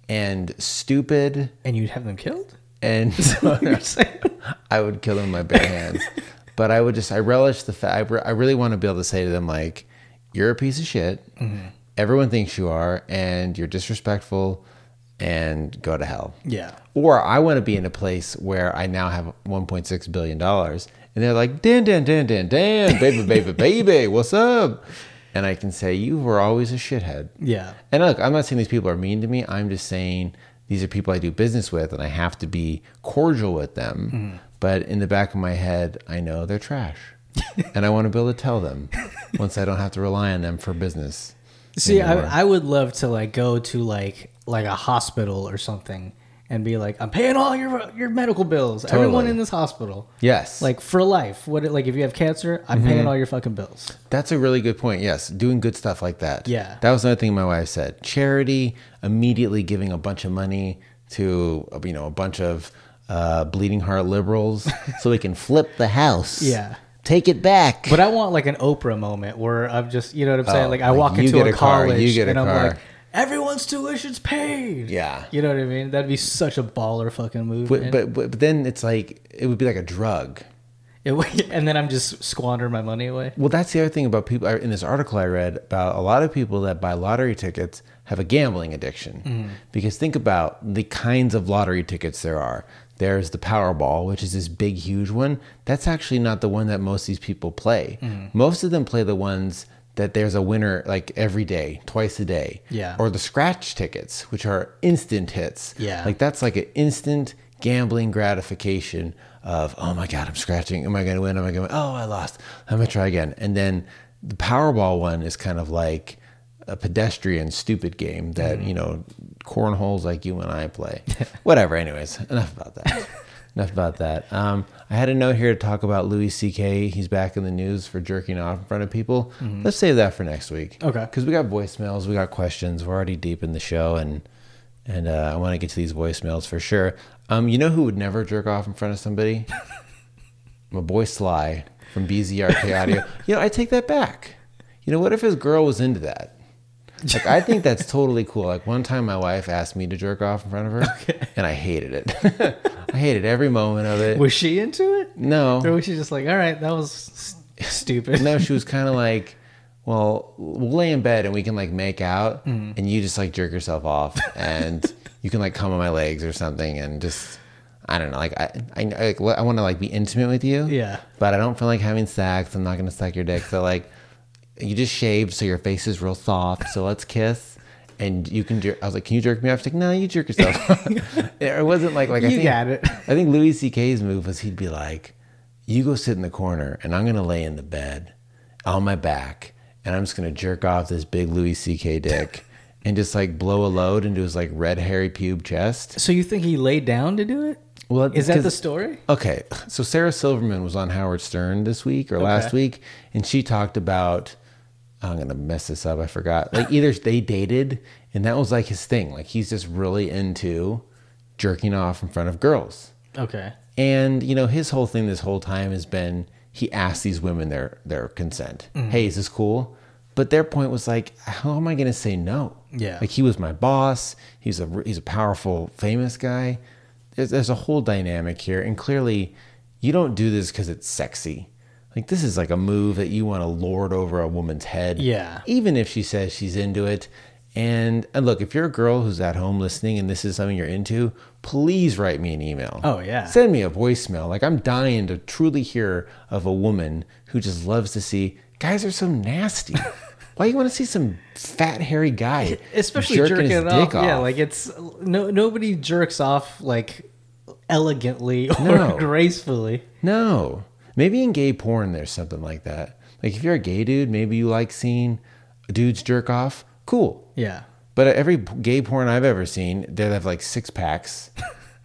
and stupid,
And you'd have them killed?
and
You're saying-
I would kill them with my bare hands. but I would just, I relish the fact, I, re- I really want to be able to say to them, like, you're a piece of shit. Everyone thinks you are, and you're disrespectful, and go to hell.
yeah.
Or I want to be in a place where I now have 1.6 billion dollars, and they're like, "Dan, Dan, Dan, Dan, Dan, baby, baby, baby, what's up?" And I can say, "You were always a shithead."
Yeah.
And look, I'm not saying these people are mean to me. I'm just saying these are people I do business with, and I have to be cordial with them. But in the back of my head, I know they're trash, and I want to be able to tell them once I don't have to rely on them for business.
See,
anymore.
I, I would love to like go to like like a hospital or something and be like, I'm paying all your your medical bills. Everyone
Totally.
in this hospital.
yes,
Like for life. What like if you have cancer, I'm paying all your fucking bills.
That's a really good point. Yes, doing good stuff like that.
Yeah.
that was another thing my wife said. Charity, immediately giving a bunch of money to you know a bunch of uh, bleeding heart liberals, so we can flip the house.
Yeah.
take it back.
But I want like an Oprah moment where I'm just, you know what I'm saying?
Oh,
Like I
like,
walk
you
into
get
a
a car,
college
you get a
and I'm
car.
like, everyone's tuition's paid.
Yeah.
You know what I mean? That'd be such a baller fucking move.
but, but but but then it's like it would be like a drug.
and then I'm just squandering my money away.
Well, that's the other thing about people in this article I read about a lot of people that buy lottery tickets have a gambling addiction. Because think about the kinds of lottery tickets there are. There's the Powerball, which is this big, huge one. That's actually not the one that most of these people play. Most of them play the ones that there's a winner like every day, twice a day.
Yeah.
Or the scratch tickets, which are instant hits.
Yeah.
Like that's like an instant gambling gratification of, oh my God, I'm scratching. Am I going to win? Am I going to Oh, I lost. I'm going to try again. And then the Powerball one is kind of like a pedestrian, stupid game
Mm.
that, you know, cornholes like you and I play. Whatever. Anyways, enough about that. enough about that. Um, I had a note here to talk about Louis C.K. He's back in the news for jerking off in front of people. Let's save that for next week.
Mm-hmm. Okay.
Because we got voicemails, we got questions. We're already deep in the show, and and uh, I want to get to these voicemails for sure. Um, you know who would never jerk off in front of somebody? My boy Sly from BZRK Audio. you know, I take that back. You know, what if his girl was into that? Like, I think that's totally cool. Like, one time my wife asked me to jerk off in front of her, and I hated it. I hated every moment of it.
Was she into it?
no.
Or was she just like, all right, that was s- stupid?
No, she was kind of like, well, we'll lay in bed and we can like make out,
Mm.
and you just like jerk yourself off, and you can like come on my legs or something, and just I don't know, like I I, I, like, I want to like be intimate with you,
Yeah.
but I don't feel like having sex. I'm not gonna suck your dick, so like you just shaved, so your face is real soft. So let's kiss. And you can jerk. I was like, "Can you jerk me off?" She's like, "No, you jerk yourself." off." it wasn't like like I
You
think
got it.
I think Louis C.K.'s move was he'd be like, "You go sit in the corner, and I'm gonna lay in the bed on my back, and I'm just gonna jerk off this big Louis C.K. dick, and just like blow a load into his like red hairy pube chest."
So you think he laid down to do it?
Well,
Is that the
'cause-
story?
Okay, so Sarah Silverman was on Howard Stern this week or last week, and she talked about I'm gonna mess this up. I forgot. Like either they dated, and that was like his thing. Like he's just really into jerking off in front of girls.
Okay.
And you know, his whole thing this whole time has been he asked these women their their consent.
Mm-hmm.
Hey, is this cool? But their point was like, how am I going to say no?
Yeah.
like he was my boss. He's a he's a powerful, famous guy. There's, there's a whole dynamic here, and clearly, you don't do this because it's sexy. Like this is like a move that you want to lord over a woman's head.
Yeah.
Even if she says she's into it. And, and look, if you're a girl who's at home listening and this is something you're into, please write me an email.
Oh, yeah.
Send me a voicemail. Like I'm dying to truly hear of a woman who just loves to see guys are so nasty. Why you want to see some fat hairy guy
especially
jerking
jerking,
his
it off.
dick off?
Yeah, like it's no nobody jerks off like elegantly or
No.
gracefully.
No. Maybe in gay porn there's something like that. Like if you're a gay dude, maybe you like seeing dudes jerk off. Cool.
Yeah.
But every p- gay porn I've ever seen, they have like six packs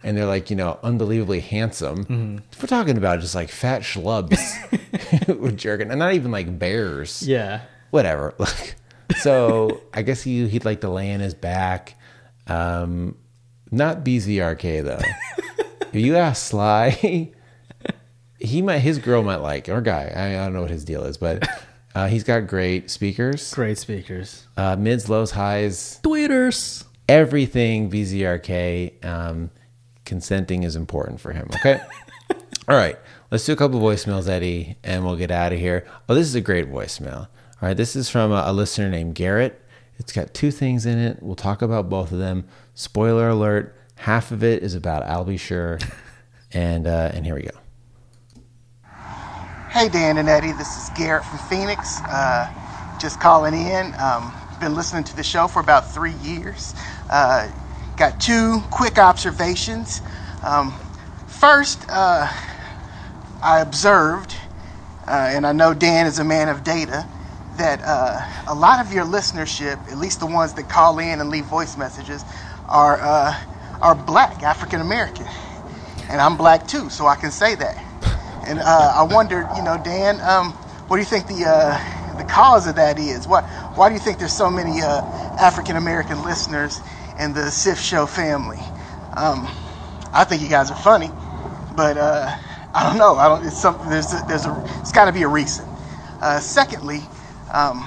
and they're like, you know, unbelievably handsome. We're talking about just like fat schlubs who are jerking and not even like bears.
Yeah.
Whatever. Like, so I guess he, he'd like to lay on his back. Um, not BZRK though. if you ask Sly, he might his girl might like or guy. I, I don't know what his deal is, but uh, he's got great speakers,
Great speakers.
uh, mids, lows, highs,
Tweeters.
everything BZRK. Um, consenting is important for him. Okay. All right. Let's do a couple voicemails, Eddie, and we'll get out of here. Oh, this is a great voicemail. All right. This is from a, a listener named Garrett. It's got two things in it. We'll talk about both of them. Spoiler alert: half of it is about I'll be sure, and uh, and here we go.
Hey, Dan and Eddie, this is Garrett from Phoenix. Uh, just calling in. Um, been listening to the show for about three years. Uh, got two quick observations. Um, first, uh, I observed, uh, and I know Dan is a man of data, that uh, a lot of your listenership, at least the ones that call in and leave voice messages, are uh, are black, African American, and I'm black too, so I can say that. And uh, I wondered, you know, Dan, um, what do you think the uh, the cause of that is? Why why do you think there's so many uh, African American listeners in the SIF show family? Um, I think you guys are funny, but uh, I don't know. I don't. It's something. There's a, there's a. It's got to be a reason. Uh, secondly, um,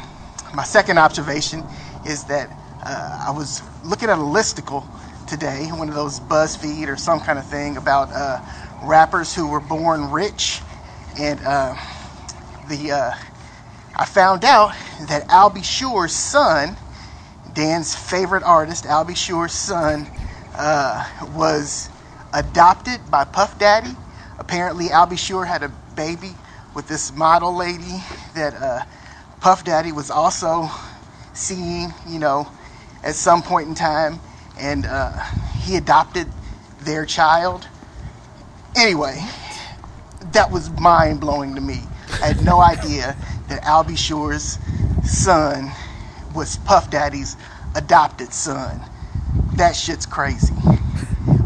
my second observation is that uh, I was looking at a listicle today, one of those BuzzFeed or some kind of thing about uh, rappers who were born rich, and uh, the uh, I found out that Albie Shure's son Dan's favorite artist, Albie Shure's son, uh, was adopted by Puff Daddy. Apparently, Albie Shure had a baby with this model lady that uh, Puff Daddy was also seeing, you know, at some point in time, and uh, he adopted their child. Anyway, that was mind blowing to me. I had no idea that Albie Shure's son was Puff Daddy's adopted son. That shit's crazy.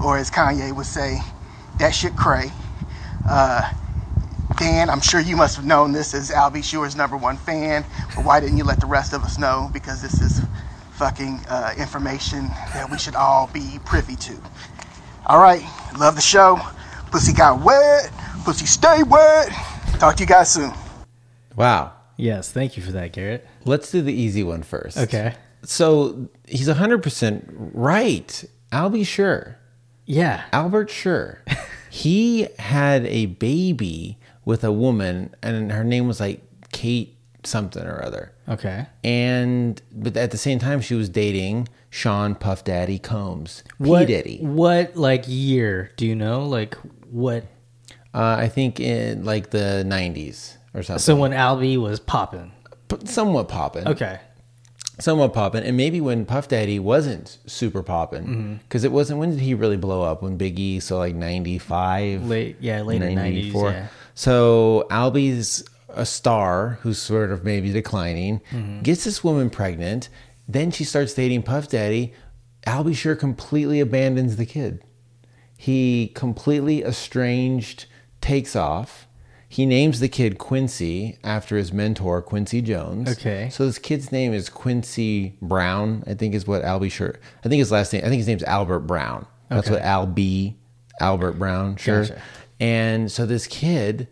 Or as Kanye would say, that shit cray. Uh, Dan, I'm sure you must have known this as Albie Shure's number one fan, but why didn't you let the rest of us know? Because this is fucking uh, information that we should all be privy to. All right, love the show. Pussy got wet. Pussy stay wet. Talk to you guys soon.
Wow.
Yes, thank you for that, Garrett.
Let's do the easy one first.
Okay.
So he's 100% right. I'll be sure.
Yeah.
Albert Schur. he had a baby with a woman, and her name was like Kate something or other.
Okay.
And but at the same time, she was dating Sean Puff Daddy Combs. P
What
Diddy.
what like year do you know? Like what
Uh, I think in like the 90s or something.
so when Albie was popping.
P- somewhat poppin'.
Okay.
somewhat poppin', and maybe when Puff Daddy wasn't super
Mm-hmm.
poppin', because it wasn't. When did he really blow up? When Biggie, so like ninety five,
Late yeah, later nineties. Yeah.
So Albie's a star who's sort of maybe declining,
Mm-hmm.
gets this woman pregnant, then she starts dating Puff Daddy. Albie sure completely abandons the kid. He completely estranged, takes off. He names the kid Quincy after his mentor, Quincy Jones.
Okay.
So this kid's name is Quincy Brown, I think is what Albie Sure. I think his last name, I think his name's Albert Brown. That's
Okay.
what Albie, Albert Brown, sure.
Gotcha.
And so this kid,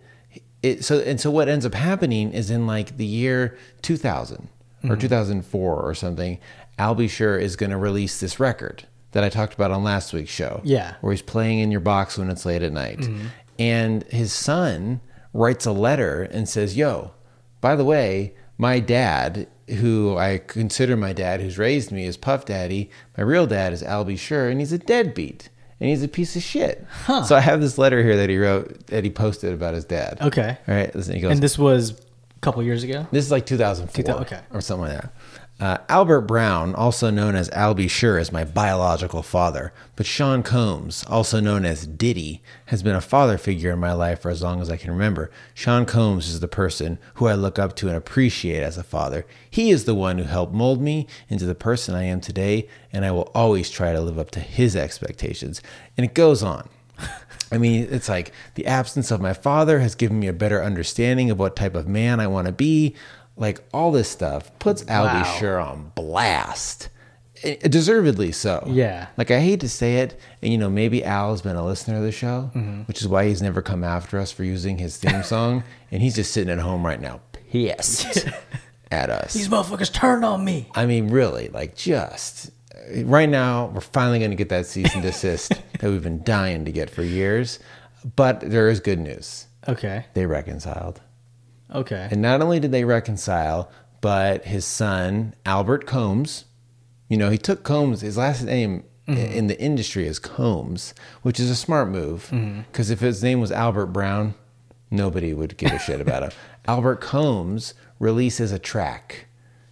it, so and so what ends up happening is in like the year 2000 or
Mm-hmm.
2004 or something, Albie Sure is going to release this record that I talked about on last week's show.
Yeah. Mm-hmm.
Where he's playing in your box when it's late at night. and his son writes a letter and says, "Yo, by the way, my dad, who I consider my dad, who's raised me, is Puff Daddy. My real dad is Albie Schur, and he's a deadbeat." And he's a piece of shit. So I have this letter here that he wrote, that he posted about his dad.
Okay.
All right. Listen, he goes,
And this was a couple years ago.
this is like 2004
2000 okay.
or something like that. Uh, Albert Brown, also known as Albie Schur, is my biological father, but Sean Combs, also known as Diddy, has been a father figure in my life for as long as I can remember. Sean Combs is the person who I look up to and appreciate as a father. He is the one who helped mold me into the person I am today, and I will always try to live up to his expectations. And it goes on. I mean, it's like the absence of my father has given me a better understanding of what type of man I want to be. Like all this stuff puts Albie
Wow.
Schur on blast, Eh, deservedly so.
Yeah.
Like I hate to say it, and you know maybe Al's been a listener of the show,
Mm-hmm.
which is why he's never come after us for using his theme song, and he's just sitting at home right now, pissed at us.
These motherfuckers turned on me.
I mean, really, like just eh, right now, we're finally going to get that cease and desist that we've been dying to get for years. But there is good news.
Okay.
They reconciled.
Okay.
And not only did they reconcile, but his son, Albert Combs, you know, he took Combs, his last name i-
Mm-hmm.
in the industry is Combs, which is a smart move
Mm-hmm.
because if his name was Albert Brown, nobody would give a shit about him. Albert Combs releases a track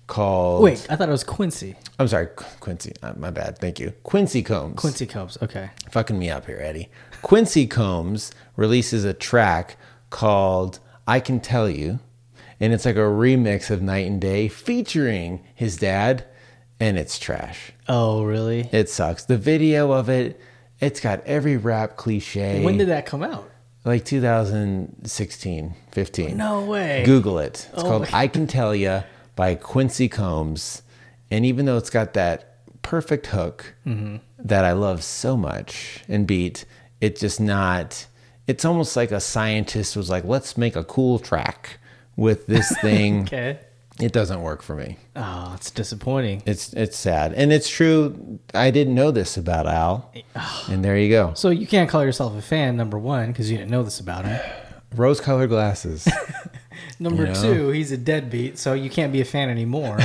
called
Wait, I thought it was Quincy.
I'm sorry, Qu- Quincy. Uh, my bad. Thank you. Quincy Combs.
Quincy Cubs. Okay.
Fucking me up here, Eddie. Quincy Combs releases a track called I Can Tell You. And it's like a remix of Night and Day featuring his dad. And it's trash.
Oh, really?
It sucks. The video of it, it's got every rap cliche.
When did that come out?
like 2016, 15.
No way.
Google it. It's
Oh
called
my-
I Can Tell Ya by Quincy Combs. And even though it's got that perfect hook
Mm-hmm.
that I love so much and beat, it's just not, it's almost like a scientist was like, let's make a cool track with this thing.
Okay.
It doesn't work for me.
Oh, it's disappointing.
It's it's sad. And it's true. I didn't know this about Al.
Eh,
And there you go.
So you can't call yourself a fan, number one, because you didn't know this about him.
Rose colored glasses.
Number
You know?
two, he's a deadbeat, so you can't be a fan anymore.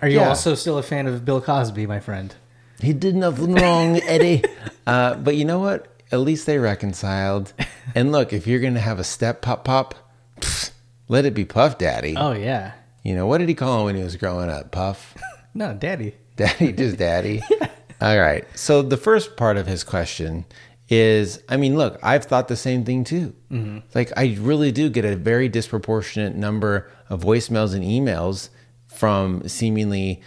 Are you
Yeah.
also still a fan of Bill Cosby, my friend?
He did nothing wrong, Eddie. Uh, but you know what? At least they reconciled. And look, if you're going to have a step pop pop, pfft, let it be Puff Daddy.
Oh yeah.
You know, what did he call him when he was growing up? Puff?
No, Daddy.
Daddy, just daddy. All right. So the first part of his question is I mean, look, I've thought the same thing too.
Mm-hmm.
Like, I really do get a very disproportionate number of voicemails and emails from seemingly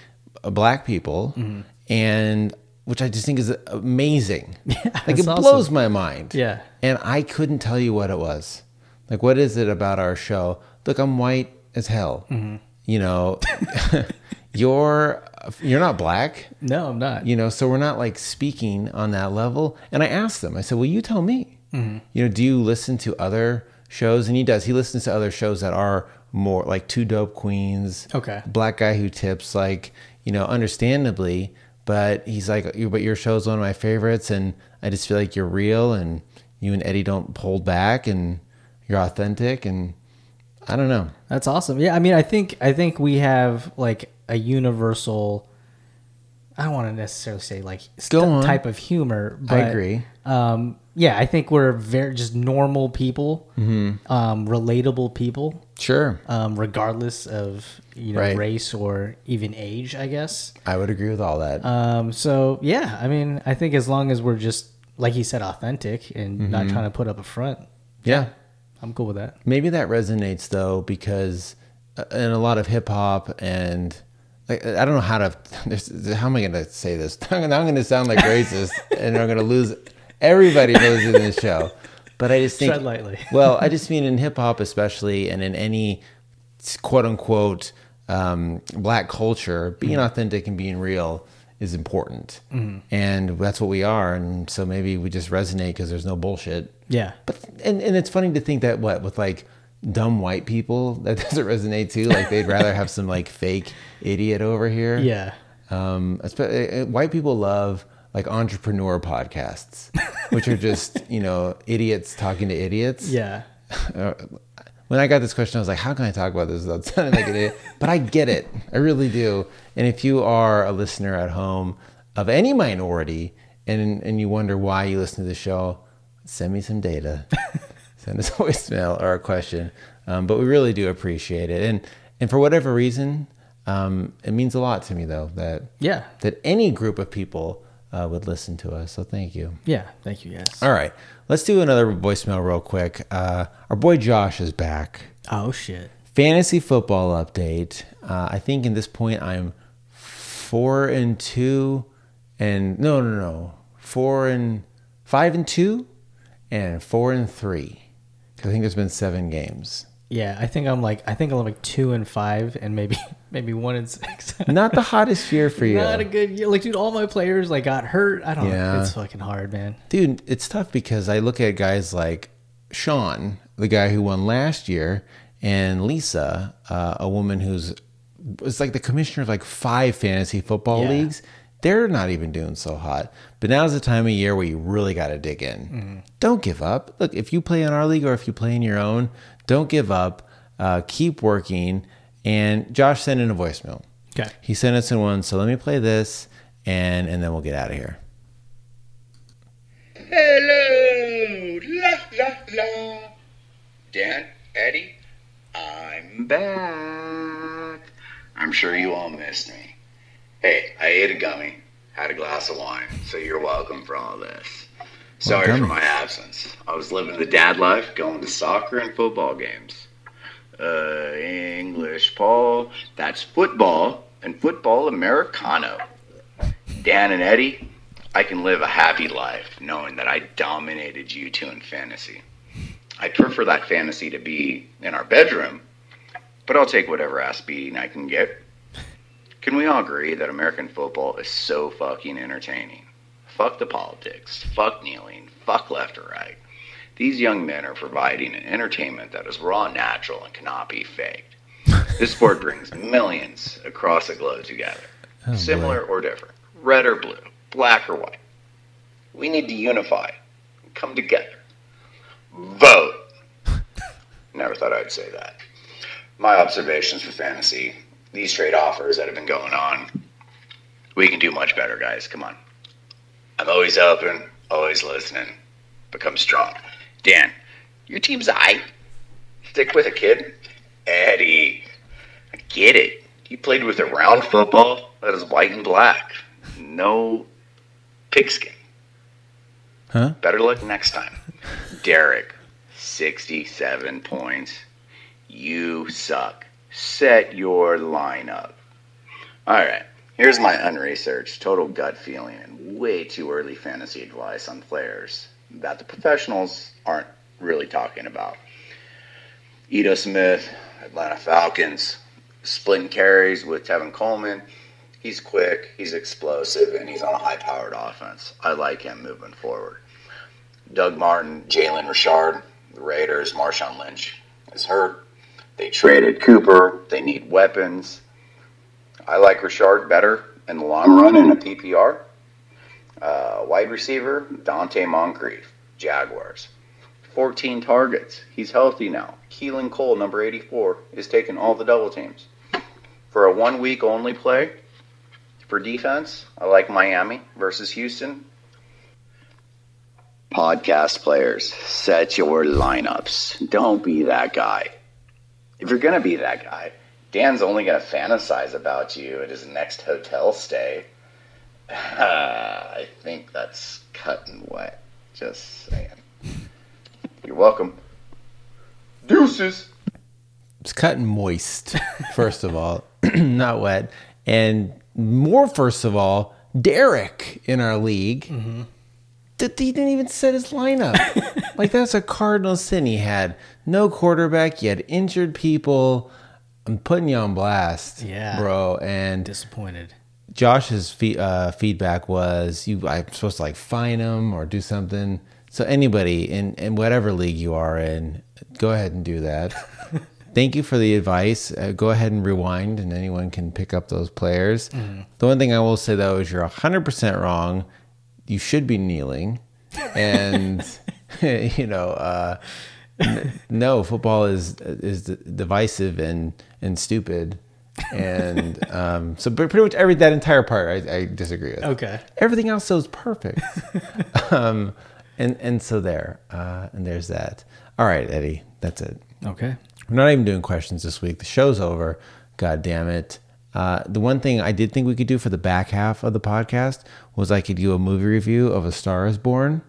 uh, black people,
Mm-hmm.
and which I just think is amazing. like, it
that's awesome.
blows my mind.
Yeah.
And I couldn't tell you what it was. Like, what is it about our show? Look, I'm white as hell.
Mm-hmm.
You know, you're you're not black.
No, I'm not.
You know, so we're not like speaking on that level. And I asked them. I said, "Well, you tell me. You know, do you listen to other shows?" And he does. He listens to other shows that are more like Two Dope Queens.
Okay.
Black guy who tips. Like you know, understandably. But he's like, "You- but your show's one of my favorites, and I just feel like you're real, and you and Eddie don't hold back, and you're authentic, and I don't know.
That's awesome. Yeah, I mean, I think I think we have like a universal. I don't want to necessarily say like
Go on.
type of humor. But,
agree.
Um, yeah, I think we're very just normal people, um, relatable people,
Sure,
um, regardless of you know
Right.
race or even age. I guess.
I would agree with all that.
Um, so yeah, I mean, I think as long as we're just like you said, authentic and not trying to put up a front,
yeah."
I'm cool with that.
Maybe that resonates though, because uh, in a lot of hip hop and like, I don't know how to. There's, how am I going to say this? I'm going to sound like racist, and I'm going to lose everybody losing this show. But I just think
Tread lightly.
well, I just mean in hip hop, especially, and in any quote unquote um, black culture, being
Mm-hmm.
authentic and being real is important, and that's what we are. And so maybe we just resonate because there's no bullshit.
Yeah.
But and, and it's funny to think that what with like dumb white people that doesn't resonate too. Like they'd rather have some like fake idiot over here.
Yeah.
Um. espe- uh, uh, eh, White people love like entrepreneur podcasts, which are just you know idiots talking to idiots.
Yeah.
Uh, when I got this question, I was like, "How can I talk about this without sounding like an idiot?" But I get it, I really do. And if you are a listener at home of any minority, and and you wonder why you listen to the show, send me some data. send us a voicemail or a question. Um, but we really do appreciate it, and and for whatever reason, um, it means a lot to me though that
Yeah.
that any group of people uh, would listen to us. So thank you.
Yeah. Thank you. Yes.
All right, let's do another voicemail real quick. Uh, our boy Josh is back.
Oh shit.
Fantasy football update. Uh, I think in this point I'm four and two, and no, no, no, four and five and two, and four and three. 'Cause I think there's been seven games.
Yeah. I think I'm like I think I'm like two and five and maybe maybe one and six.
Not the hottest year for you.
Not a good year. Like dude, all my players like got hurt. I don't.
Yeah.
know. It's fucking hard, man.
dude, it's tough because I look at guys like Sean, the guy who won last year, and Lisa, uh, a woman who's was like the commissioner of like five fantasy football
Yeah.
leagues. They're not even doing so hot. But now's the time of year where you really got to dig in. Don't give up. Look, if you play in our league or if you play in your own, don't give up. Uh, keep working. And Josh sent in a voicemail.
Okay.
He sent us in one. So let me play this and, and then we'll get out of here.
Hello, la la la. Dan, Eddie, I'm back. I'm sure you all missed me. Hey, I ate a gummy, had a glass of wine, so you're welcome for all this. Sorry
gummy?
for my absence. I was living the dad life, going to soccer and football games. Uh, English, Paul. That's football and football Americano. Dan and Eddie, I can live a happy life knowing that I dominated you two in fantasy. I'd prefer that fantasy to be in our bedroom, but I'll take whatever ass beating I can get. Can we all agree that American football is so fucking entertaining? Fuck the politics, fuck kneeling, fuck left or right. These young men are providing an entertainment that is raw, natural, and cannot be faked. This sport brings millions across the globe together, similar or different, red or blue, black or white. We need to unify, come together, vote. Never thought I'd say that. My observations for fantasy, these trade offers that have been going on, we can do much better, guys. Come on. I'm always open, always listening. Become strong. Dan, your team's I. Stick with it, kid. Eddie, I get it. You played with a round football that is white and black. No pigskin.
Huh?
Better luck next time. Derek, 67 points. You suck. Set your lineup. All right. Here's my unresearched, total gut feeling, and way too early fantasy advice on players that the professionals aren't really talking about. Edo Smith, Atlanta Falcons, splitting carries with Tevin Coleman. He's quick, he's explosive, and he's on a high powered offense. I like him moving forward. Doug Martin, Jalen Richard, the Raiders, Marshawn Lynch is hurt. They traded Cooper. They need weapons. I like Richard better in the long run in a PPR. Uh, wide receiver, Dante Moncrief, Jaguars. 14 targets. He's healthy now. Keelan Cole, number 84, is taking all the double teams. For a one week only play for defense, I like Miami versus Houston. Podcast players, set your lineups. Don't be that guy. If you're going to be that guy, Dan's only going to fantasize about you at his next hotel stay. I think that's cutting wet. Just saying. You're welcome. Deuces.
It's cut and moist, first of all, not wet. And more, first of all, Derek in our league, did, he didn't even set his lineup. like, that's a cardinal sin he had. No quarterback, you had injured people. I'm putting you on blast,
Yeah.
bro. And
Disappointed.
Josh's fe- uh, feedback was, "You, I'm supposed to like fine him or do something." So anybody in in whatever league you are in, go ahead and do that. Thank you for the advice. Uh, go ahead and rewind, and anyone can pick up those players. The one thing I will say though is you're 100 percent wrong you should be kneeling, and you know, uh, n- no, football is is d- divisive and and stupid, and um, so pre- pretty much every that entire part I, I disagree with.
Okay.
Everything else though is perfect, um, and and so there, uh, and there's that. All right, Eddie, that's it.
Okay.
We're not even doing questions this week. The show's over. God damn it. Uh, the one thing I did think we could do for the back half of the podcast was I could do a movie review of A Star is Born.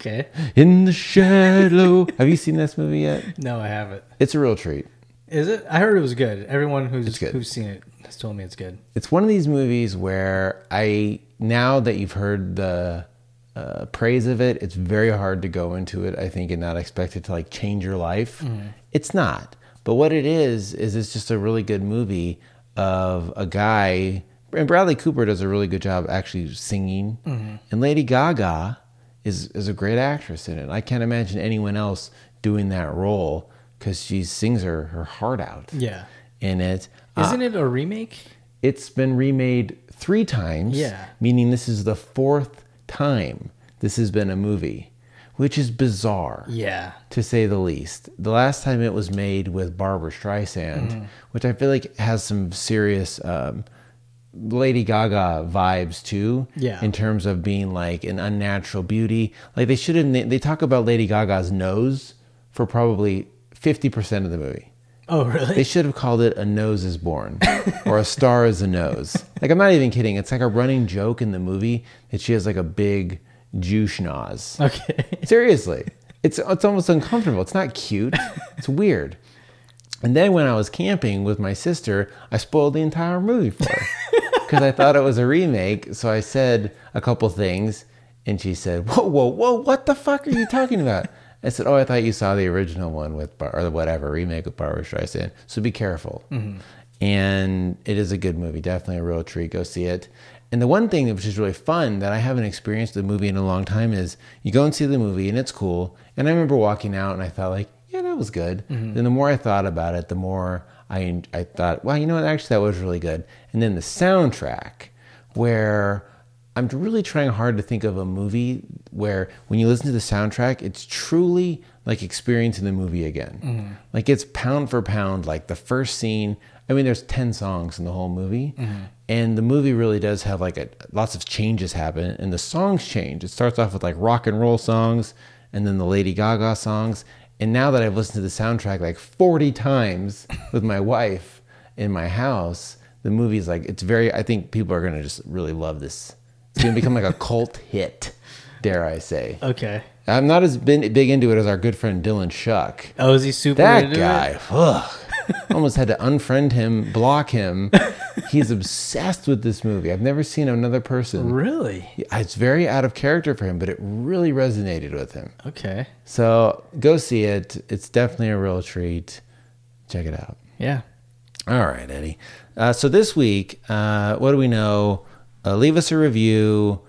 Okay.
In the Shadow. Have you seen this movie yet?
No, I haven't.
It's a real treat.
Is it? I heard it was good. Everyone who's
good.
who's seen it has told me it's good.
It's one of these movies where I, now that you've heard the uh, praise of it, it's very hard to go into it, I think, and not expect it to like change your life.
Mm-hmm.
It's not. But what it is, is it's just a really good movie of a guy. And Bradley Cooper does a really good job actually singing.
Mm-hmm.
And Lady Gaga is, is a great actress in it. I can't imagine anyone else doing that role because she sings her, her heart out
Yeah.
in it.
Isn't it a remake?
It's been remade three times.
Yeah.
Meaning this is the fourth time this has been a movie, which is bizarre
Yeah.
to say the least. The last time it was made with Barbara Streisand,
Mm.
which I feel like has some serious um, Lady Gaga vibes too.
Yeah.
In terms of being like an unnatural beauty, like they should have. na- They talk about Lady Gaga's nose for probably fifty percent of the movie.
Oh,
They
really?
should have called it A Nose is Born or A Star is a Nose. Like, I'm not even kidding. It's like a running joke in the movie that she has like a big Jew schnoz.
Okay.
Seriously. It's, it's almost uncomfortable. It's not cute, it's weird. And then when I was camping with my sister, I spoiled the entire movie for her because I thought it was a remake. So I said a couple things, and she said, "Whoa, whoa, whoa! What the fuck are you talking about?" I said, "Oh, I thought you saw the original one with Bar- or whatever remake with Barbara Streisand. So be careful." And it is a good movie, definitely a real treat. Go see it. And the one thing which is really fun that I haven't experienced the movie in a long time is you go and see the movie and it's cool. And I remember walking out and I thought like, yeah, that was good. Then the more I thought about it, the more I I thought, well, you know what? Actually, that was really good. And then the soundtrack, where I'm really trying hard to think of a movie where when you listen to the soundtrack, it's truly like experiencing the movie again. Like it's pound for pound, like the first scene. I mean, there's 10 songs in the whole movie. And the movie really does have like a, lots of changes happen, and the songs change. It starts off with like rock and roll songs, and then the Lady Gaga songs. And now that I've listened to the soundtrack like 40 times with my wife in my house, the movie's like, it's very, I think people are going to just really love this. It's going to become like a cult hit, dare I say.
Okay.
I'm not as bin- big into it as our good friend Dylan Shuck.
Oh, is he super?
That
into It?
guy, ugh. Almost had to unfriend him, block him. He's obsessed with this movie. I've never seen another person.
Really?
It's very out of character for him, but it really resonated with him.
Okay.
So go see it. It's definitely a real treat. Check it out.
Yeah.
All right, Eddie. Uh, so this week, uh, what do we know? Uh, leave us a review.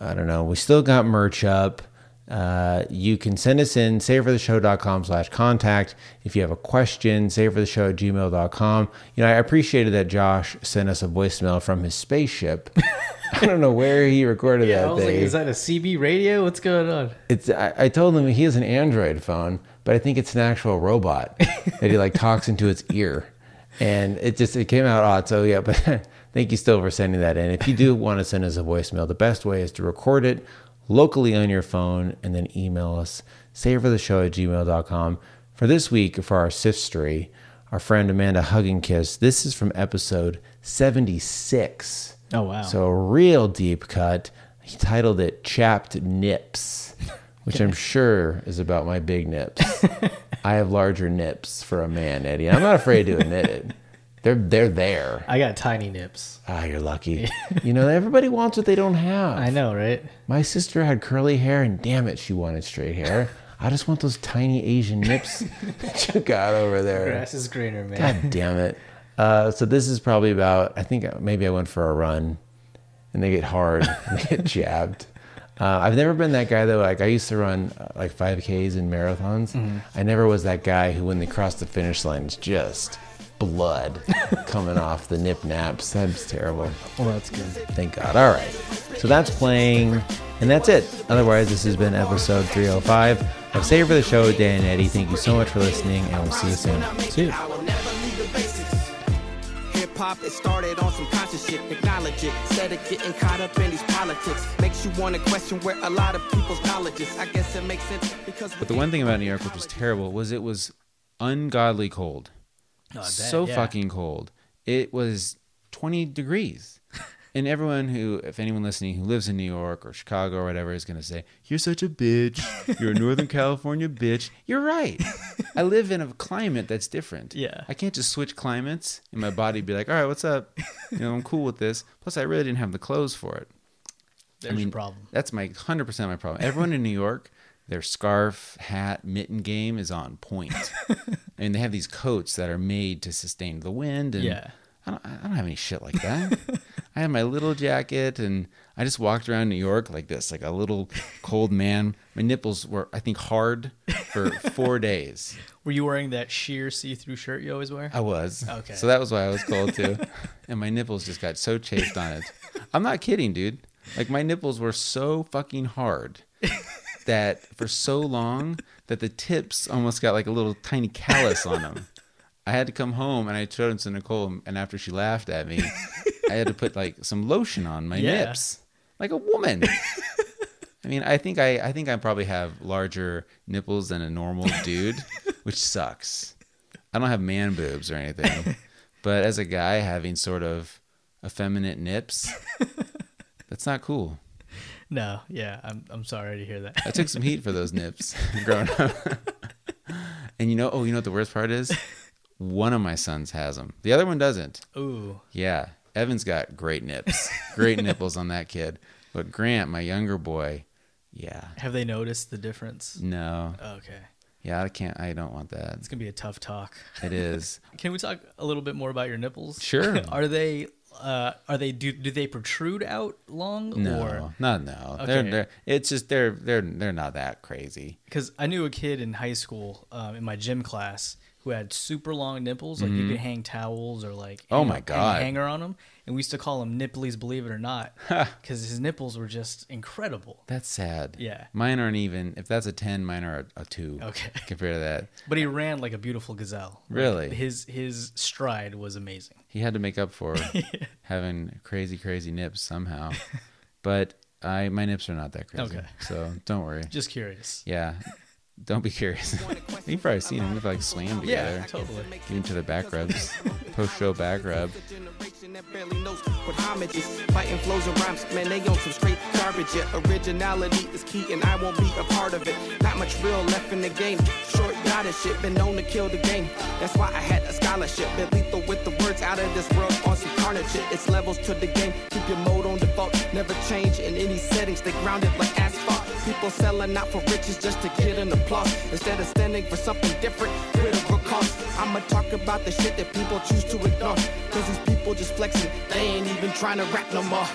I don't know. We still got merch up. Uh, you can send us in savefortheshow.com slash contact. If you have a question, savefortheshow at gmail.com. You know, I appreciated that Josh sent us a voicemail from his spaceship. I don't know where he recorded
Yeah.
that
I was like,
thing.
is that a CB radio? What's going on?
It's I, I told him he has an Android phone, but I think it's an actual robot that he like talks into its ear, and it just it came out odd. So yeah, but thank you still for sending that in. If you do want to send us a voicemail, the best way is to record it locally on your phone and then email us savefortheshow at gmail.com. For this week, for our sistery, our friend Amanda Hugginkiss, this is from episode 76.
Oh, wow.
So a real deep cut. He titled it Chapped Nips, which I'm sure is about my big nips. I have larger nips for a man, Eddie. and I'm not afraid to admit it. They're they're there.
I got tiny nips.
Ah, you're lucky. You know, everybody wants what they don't have.
I know, right?
My sister had curly hair, and damn it, she wanted straight hair. I just want those tiny Asian nips that you got over there.
Grass is greener, man.
God damn it. Uh, so this is probably about, I think maybe I went for a run and they get hard and they get jabbed. Uh, I've never been that guy though. Like I used to run uh, like 5Ks and marathons. I never was that guy who, when they cross the finish line, is just blood coming off the nip naps. That's terrible.
Well, that's good.
Thank God. All right. So that's playing, and that's it. Otherwise, this has been episode 305 of Save for the Show with Dan and Eddie. Thank you so much for listening, and we'll see you soon.
See you.
I will never leave the basics. Hip hop, it started on some conscious shit. Acknowledge it. Instead of getting caught up in these politics, makes you want to question where a lot of people's knowledge is. I guess it makes sense because.
But the one thing about New York, which was terrible, was it was ungodly cold. so
Oh, yeah.
fucking cold. It was 20 degrees. and everyone who, if anyone listening who lives in New York or Chicago or whatever, is going to say, You're such a bitch. You're a Northern California bitch. You're right. I live in a climate that's different.
Yeah.
I can't just switch climates and my body be like, All right, what's up? You know, I'm cool with this. Plus, I really didn't have the clothes for it.
There's your problem.
That's my hundred percent my problem. Everyone in New York, their scarf, hat, mitten game is on point. I mean, they have these coats that are made to sustain the wind, and
Yeah.
I don't, I don't have any shit like that. I had my little jacket, and I just walked around New York like this, like a little cold man. My nipples were, I think, hard for four days.
Were you wearing that sheer see-through shirt you always wear?
I was.
Okay.
So that was why I was cold too. and my nipples just got so chafed on it. I'm not kidding, dude. Like my nipples were so fucking hard that for so long that the tips almost got like a little tiny callus on them. I had to come home and I showed them to Nicole, and after she laughed at me, I had to put like some lotion on my
Yeah.
nips, like a woman. I mean, I think I, I think I probably have larger nipples than a normal dude, which sucks. I don't have man boobs or anything, but as a guy having sort of effeminate nips, that's not cool.
No. Yeah. I'm. I'm sorry to hear that.
I took some heat for those nips growing up. and you know, oh, you know what the worst part is? One of my sons has them. The other one doesn't.
Ooh.
Yeah, Evan's got great nips, great nipples on that kid. But Grant, my younger boy, yeah,
Have they noticed the difference?
no,
Okay.
yeah, I can't. I don't want that.
It's gonna be a tough talk.
It is.
Can we talk a little bit more about your nipples?
Sure.
are they? Uh, are they? Do do they protrude out long?
No,
Or
not no. They're,
Okay.
they're, it's just they're they're they're not that crazy.
because I knew a kid in high school um, in my gym class who had super long nipples. Like you could hang towels or like
Mm-hmm. Oh
hang-
my
hang a
God.
hanger on them. And we used to call him Nipplies, believe it or not, because his nipples were just incredible.
That's sad.
Yeah.
mine aren't even. If that's a ten, mine are a, a two.
Okay.
compared to that,
But he ran like a beautiful gazelle. Like,
Really?
his his stride was amazing.
he had to make up for having crazy crazy nips somehow. But I my nips are not that crazy.
Okay.
so don't worry.
Just curious.
Yeah. Don't be curious. You've probably seen them. They've like slammed together.
Yeah, totally.
Give each other back rubs. Post show back rub.
generation that barely knows what homage is. Fighting flows and rhymes, man, they on some straight garbage. Yeah, originality is key, and I won't be a part of it. Not much real left in the game. Short yada shit, been known to kill the game. That's why I had a scholarship. Been lethal with the words out of this world on some carnage. shit. It's levels to the game. Keep your mode on default. Never change in any settings. They grounded like asphalt. People selling out for riches just to get an applause. Instead of standing for something different, critical cost. I'ma talk about the shit that people choose to ignore. Cause these people just flexing, they ain't even trying to rap no more.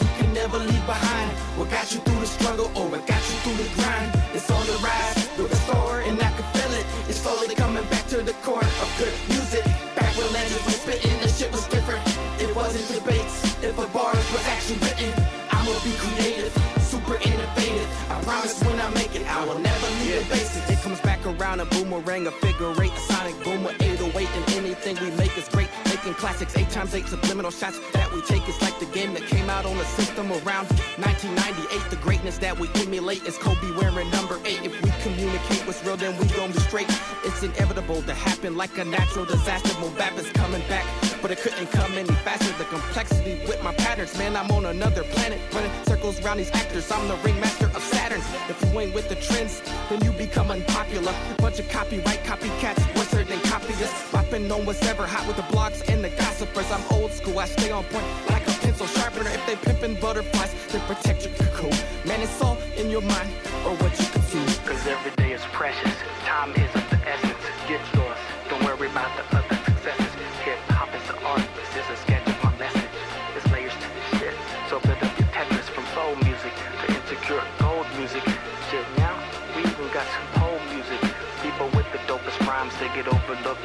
You can never leave behind what got you through the struggle or what got you through the grind. It's on the rise, you're restored, and I can feel it. It's slowly coming back to the core of good music. Back when legends were spitting, the shit was different. It wasn't debates, if a bars was actually written. I'ma be creative, super innovative. I promise when I make it, I will never leave the basics. It comes back around a boomerang, a figure eight, a sonic boom, a 808, and anything we make is great. Making classics, eight times eight subliminal shots that we take is like the game that came out on the system around 1998. The greatness that we emulate is Kobe wearing number eight. If we communicate what's real, then we gon' be straight. It's inevitable to happen like a natural disaster. Mobap is coming back, but it couldn't come any faster. The complexity with my patterns, man, I'm on another planet. Running circles around these actors, I'm the ringmaster of Saturn. If you ain't with the trends, then you become unpopular. Bunch of copyright copycats, worse than copyists. Rapping on what's ever hot with the blogs and the gossipers. I'm old school, I stay on point like a pencil sharpener. If they pimpin' butterflies, then protect your cocoon. Man, it's all in your mind or what you consume.
Cause every day is precious. Time is of the essence. Get yours. Don't worry about the other successes. Hip hop is the art. This is a sketch of my message. It's layers to the shit. So build up your Tetris from soul music to insecure gold music. Shit, now we even got some pole music. People with the dopest rhymes, they get overlooked.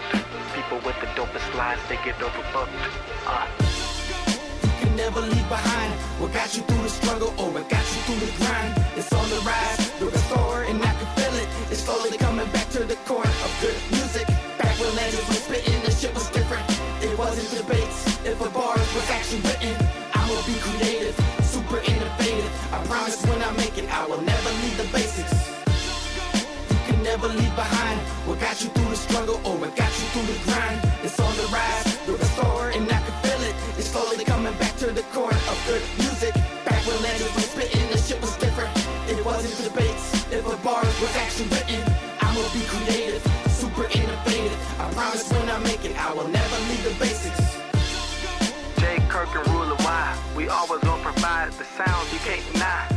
People with the lies they get overlooked. Uh,
You never leave behind what got you through the struggle or what got you through the grind. It's on the rise, you're a star, and I can feel it. It's slowly coming back to the core of good music. Back when legends was spitting, the shit was different. It wasn't debates if the bars was actually written. I'ma be creative, super innovative. I promise when I make it, I will never leave the basics. You can never leave behind what got you through the struggle or what got you through the grind. It's on the rise, you're a star, and I can feel it. It's slowly coming back to the core of good music. Back when legends was spitting, the shit was different. It wasn't debates if a bar was actually written. I'ma be creative, super innovative. I promise when I make it, I will never leave the basics.
Jay Kirk and Ruler Y, we always gonna provide the sounds you can't deny. uh. uh.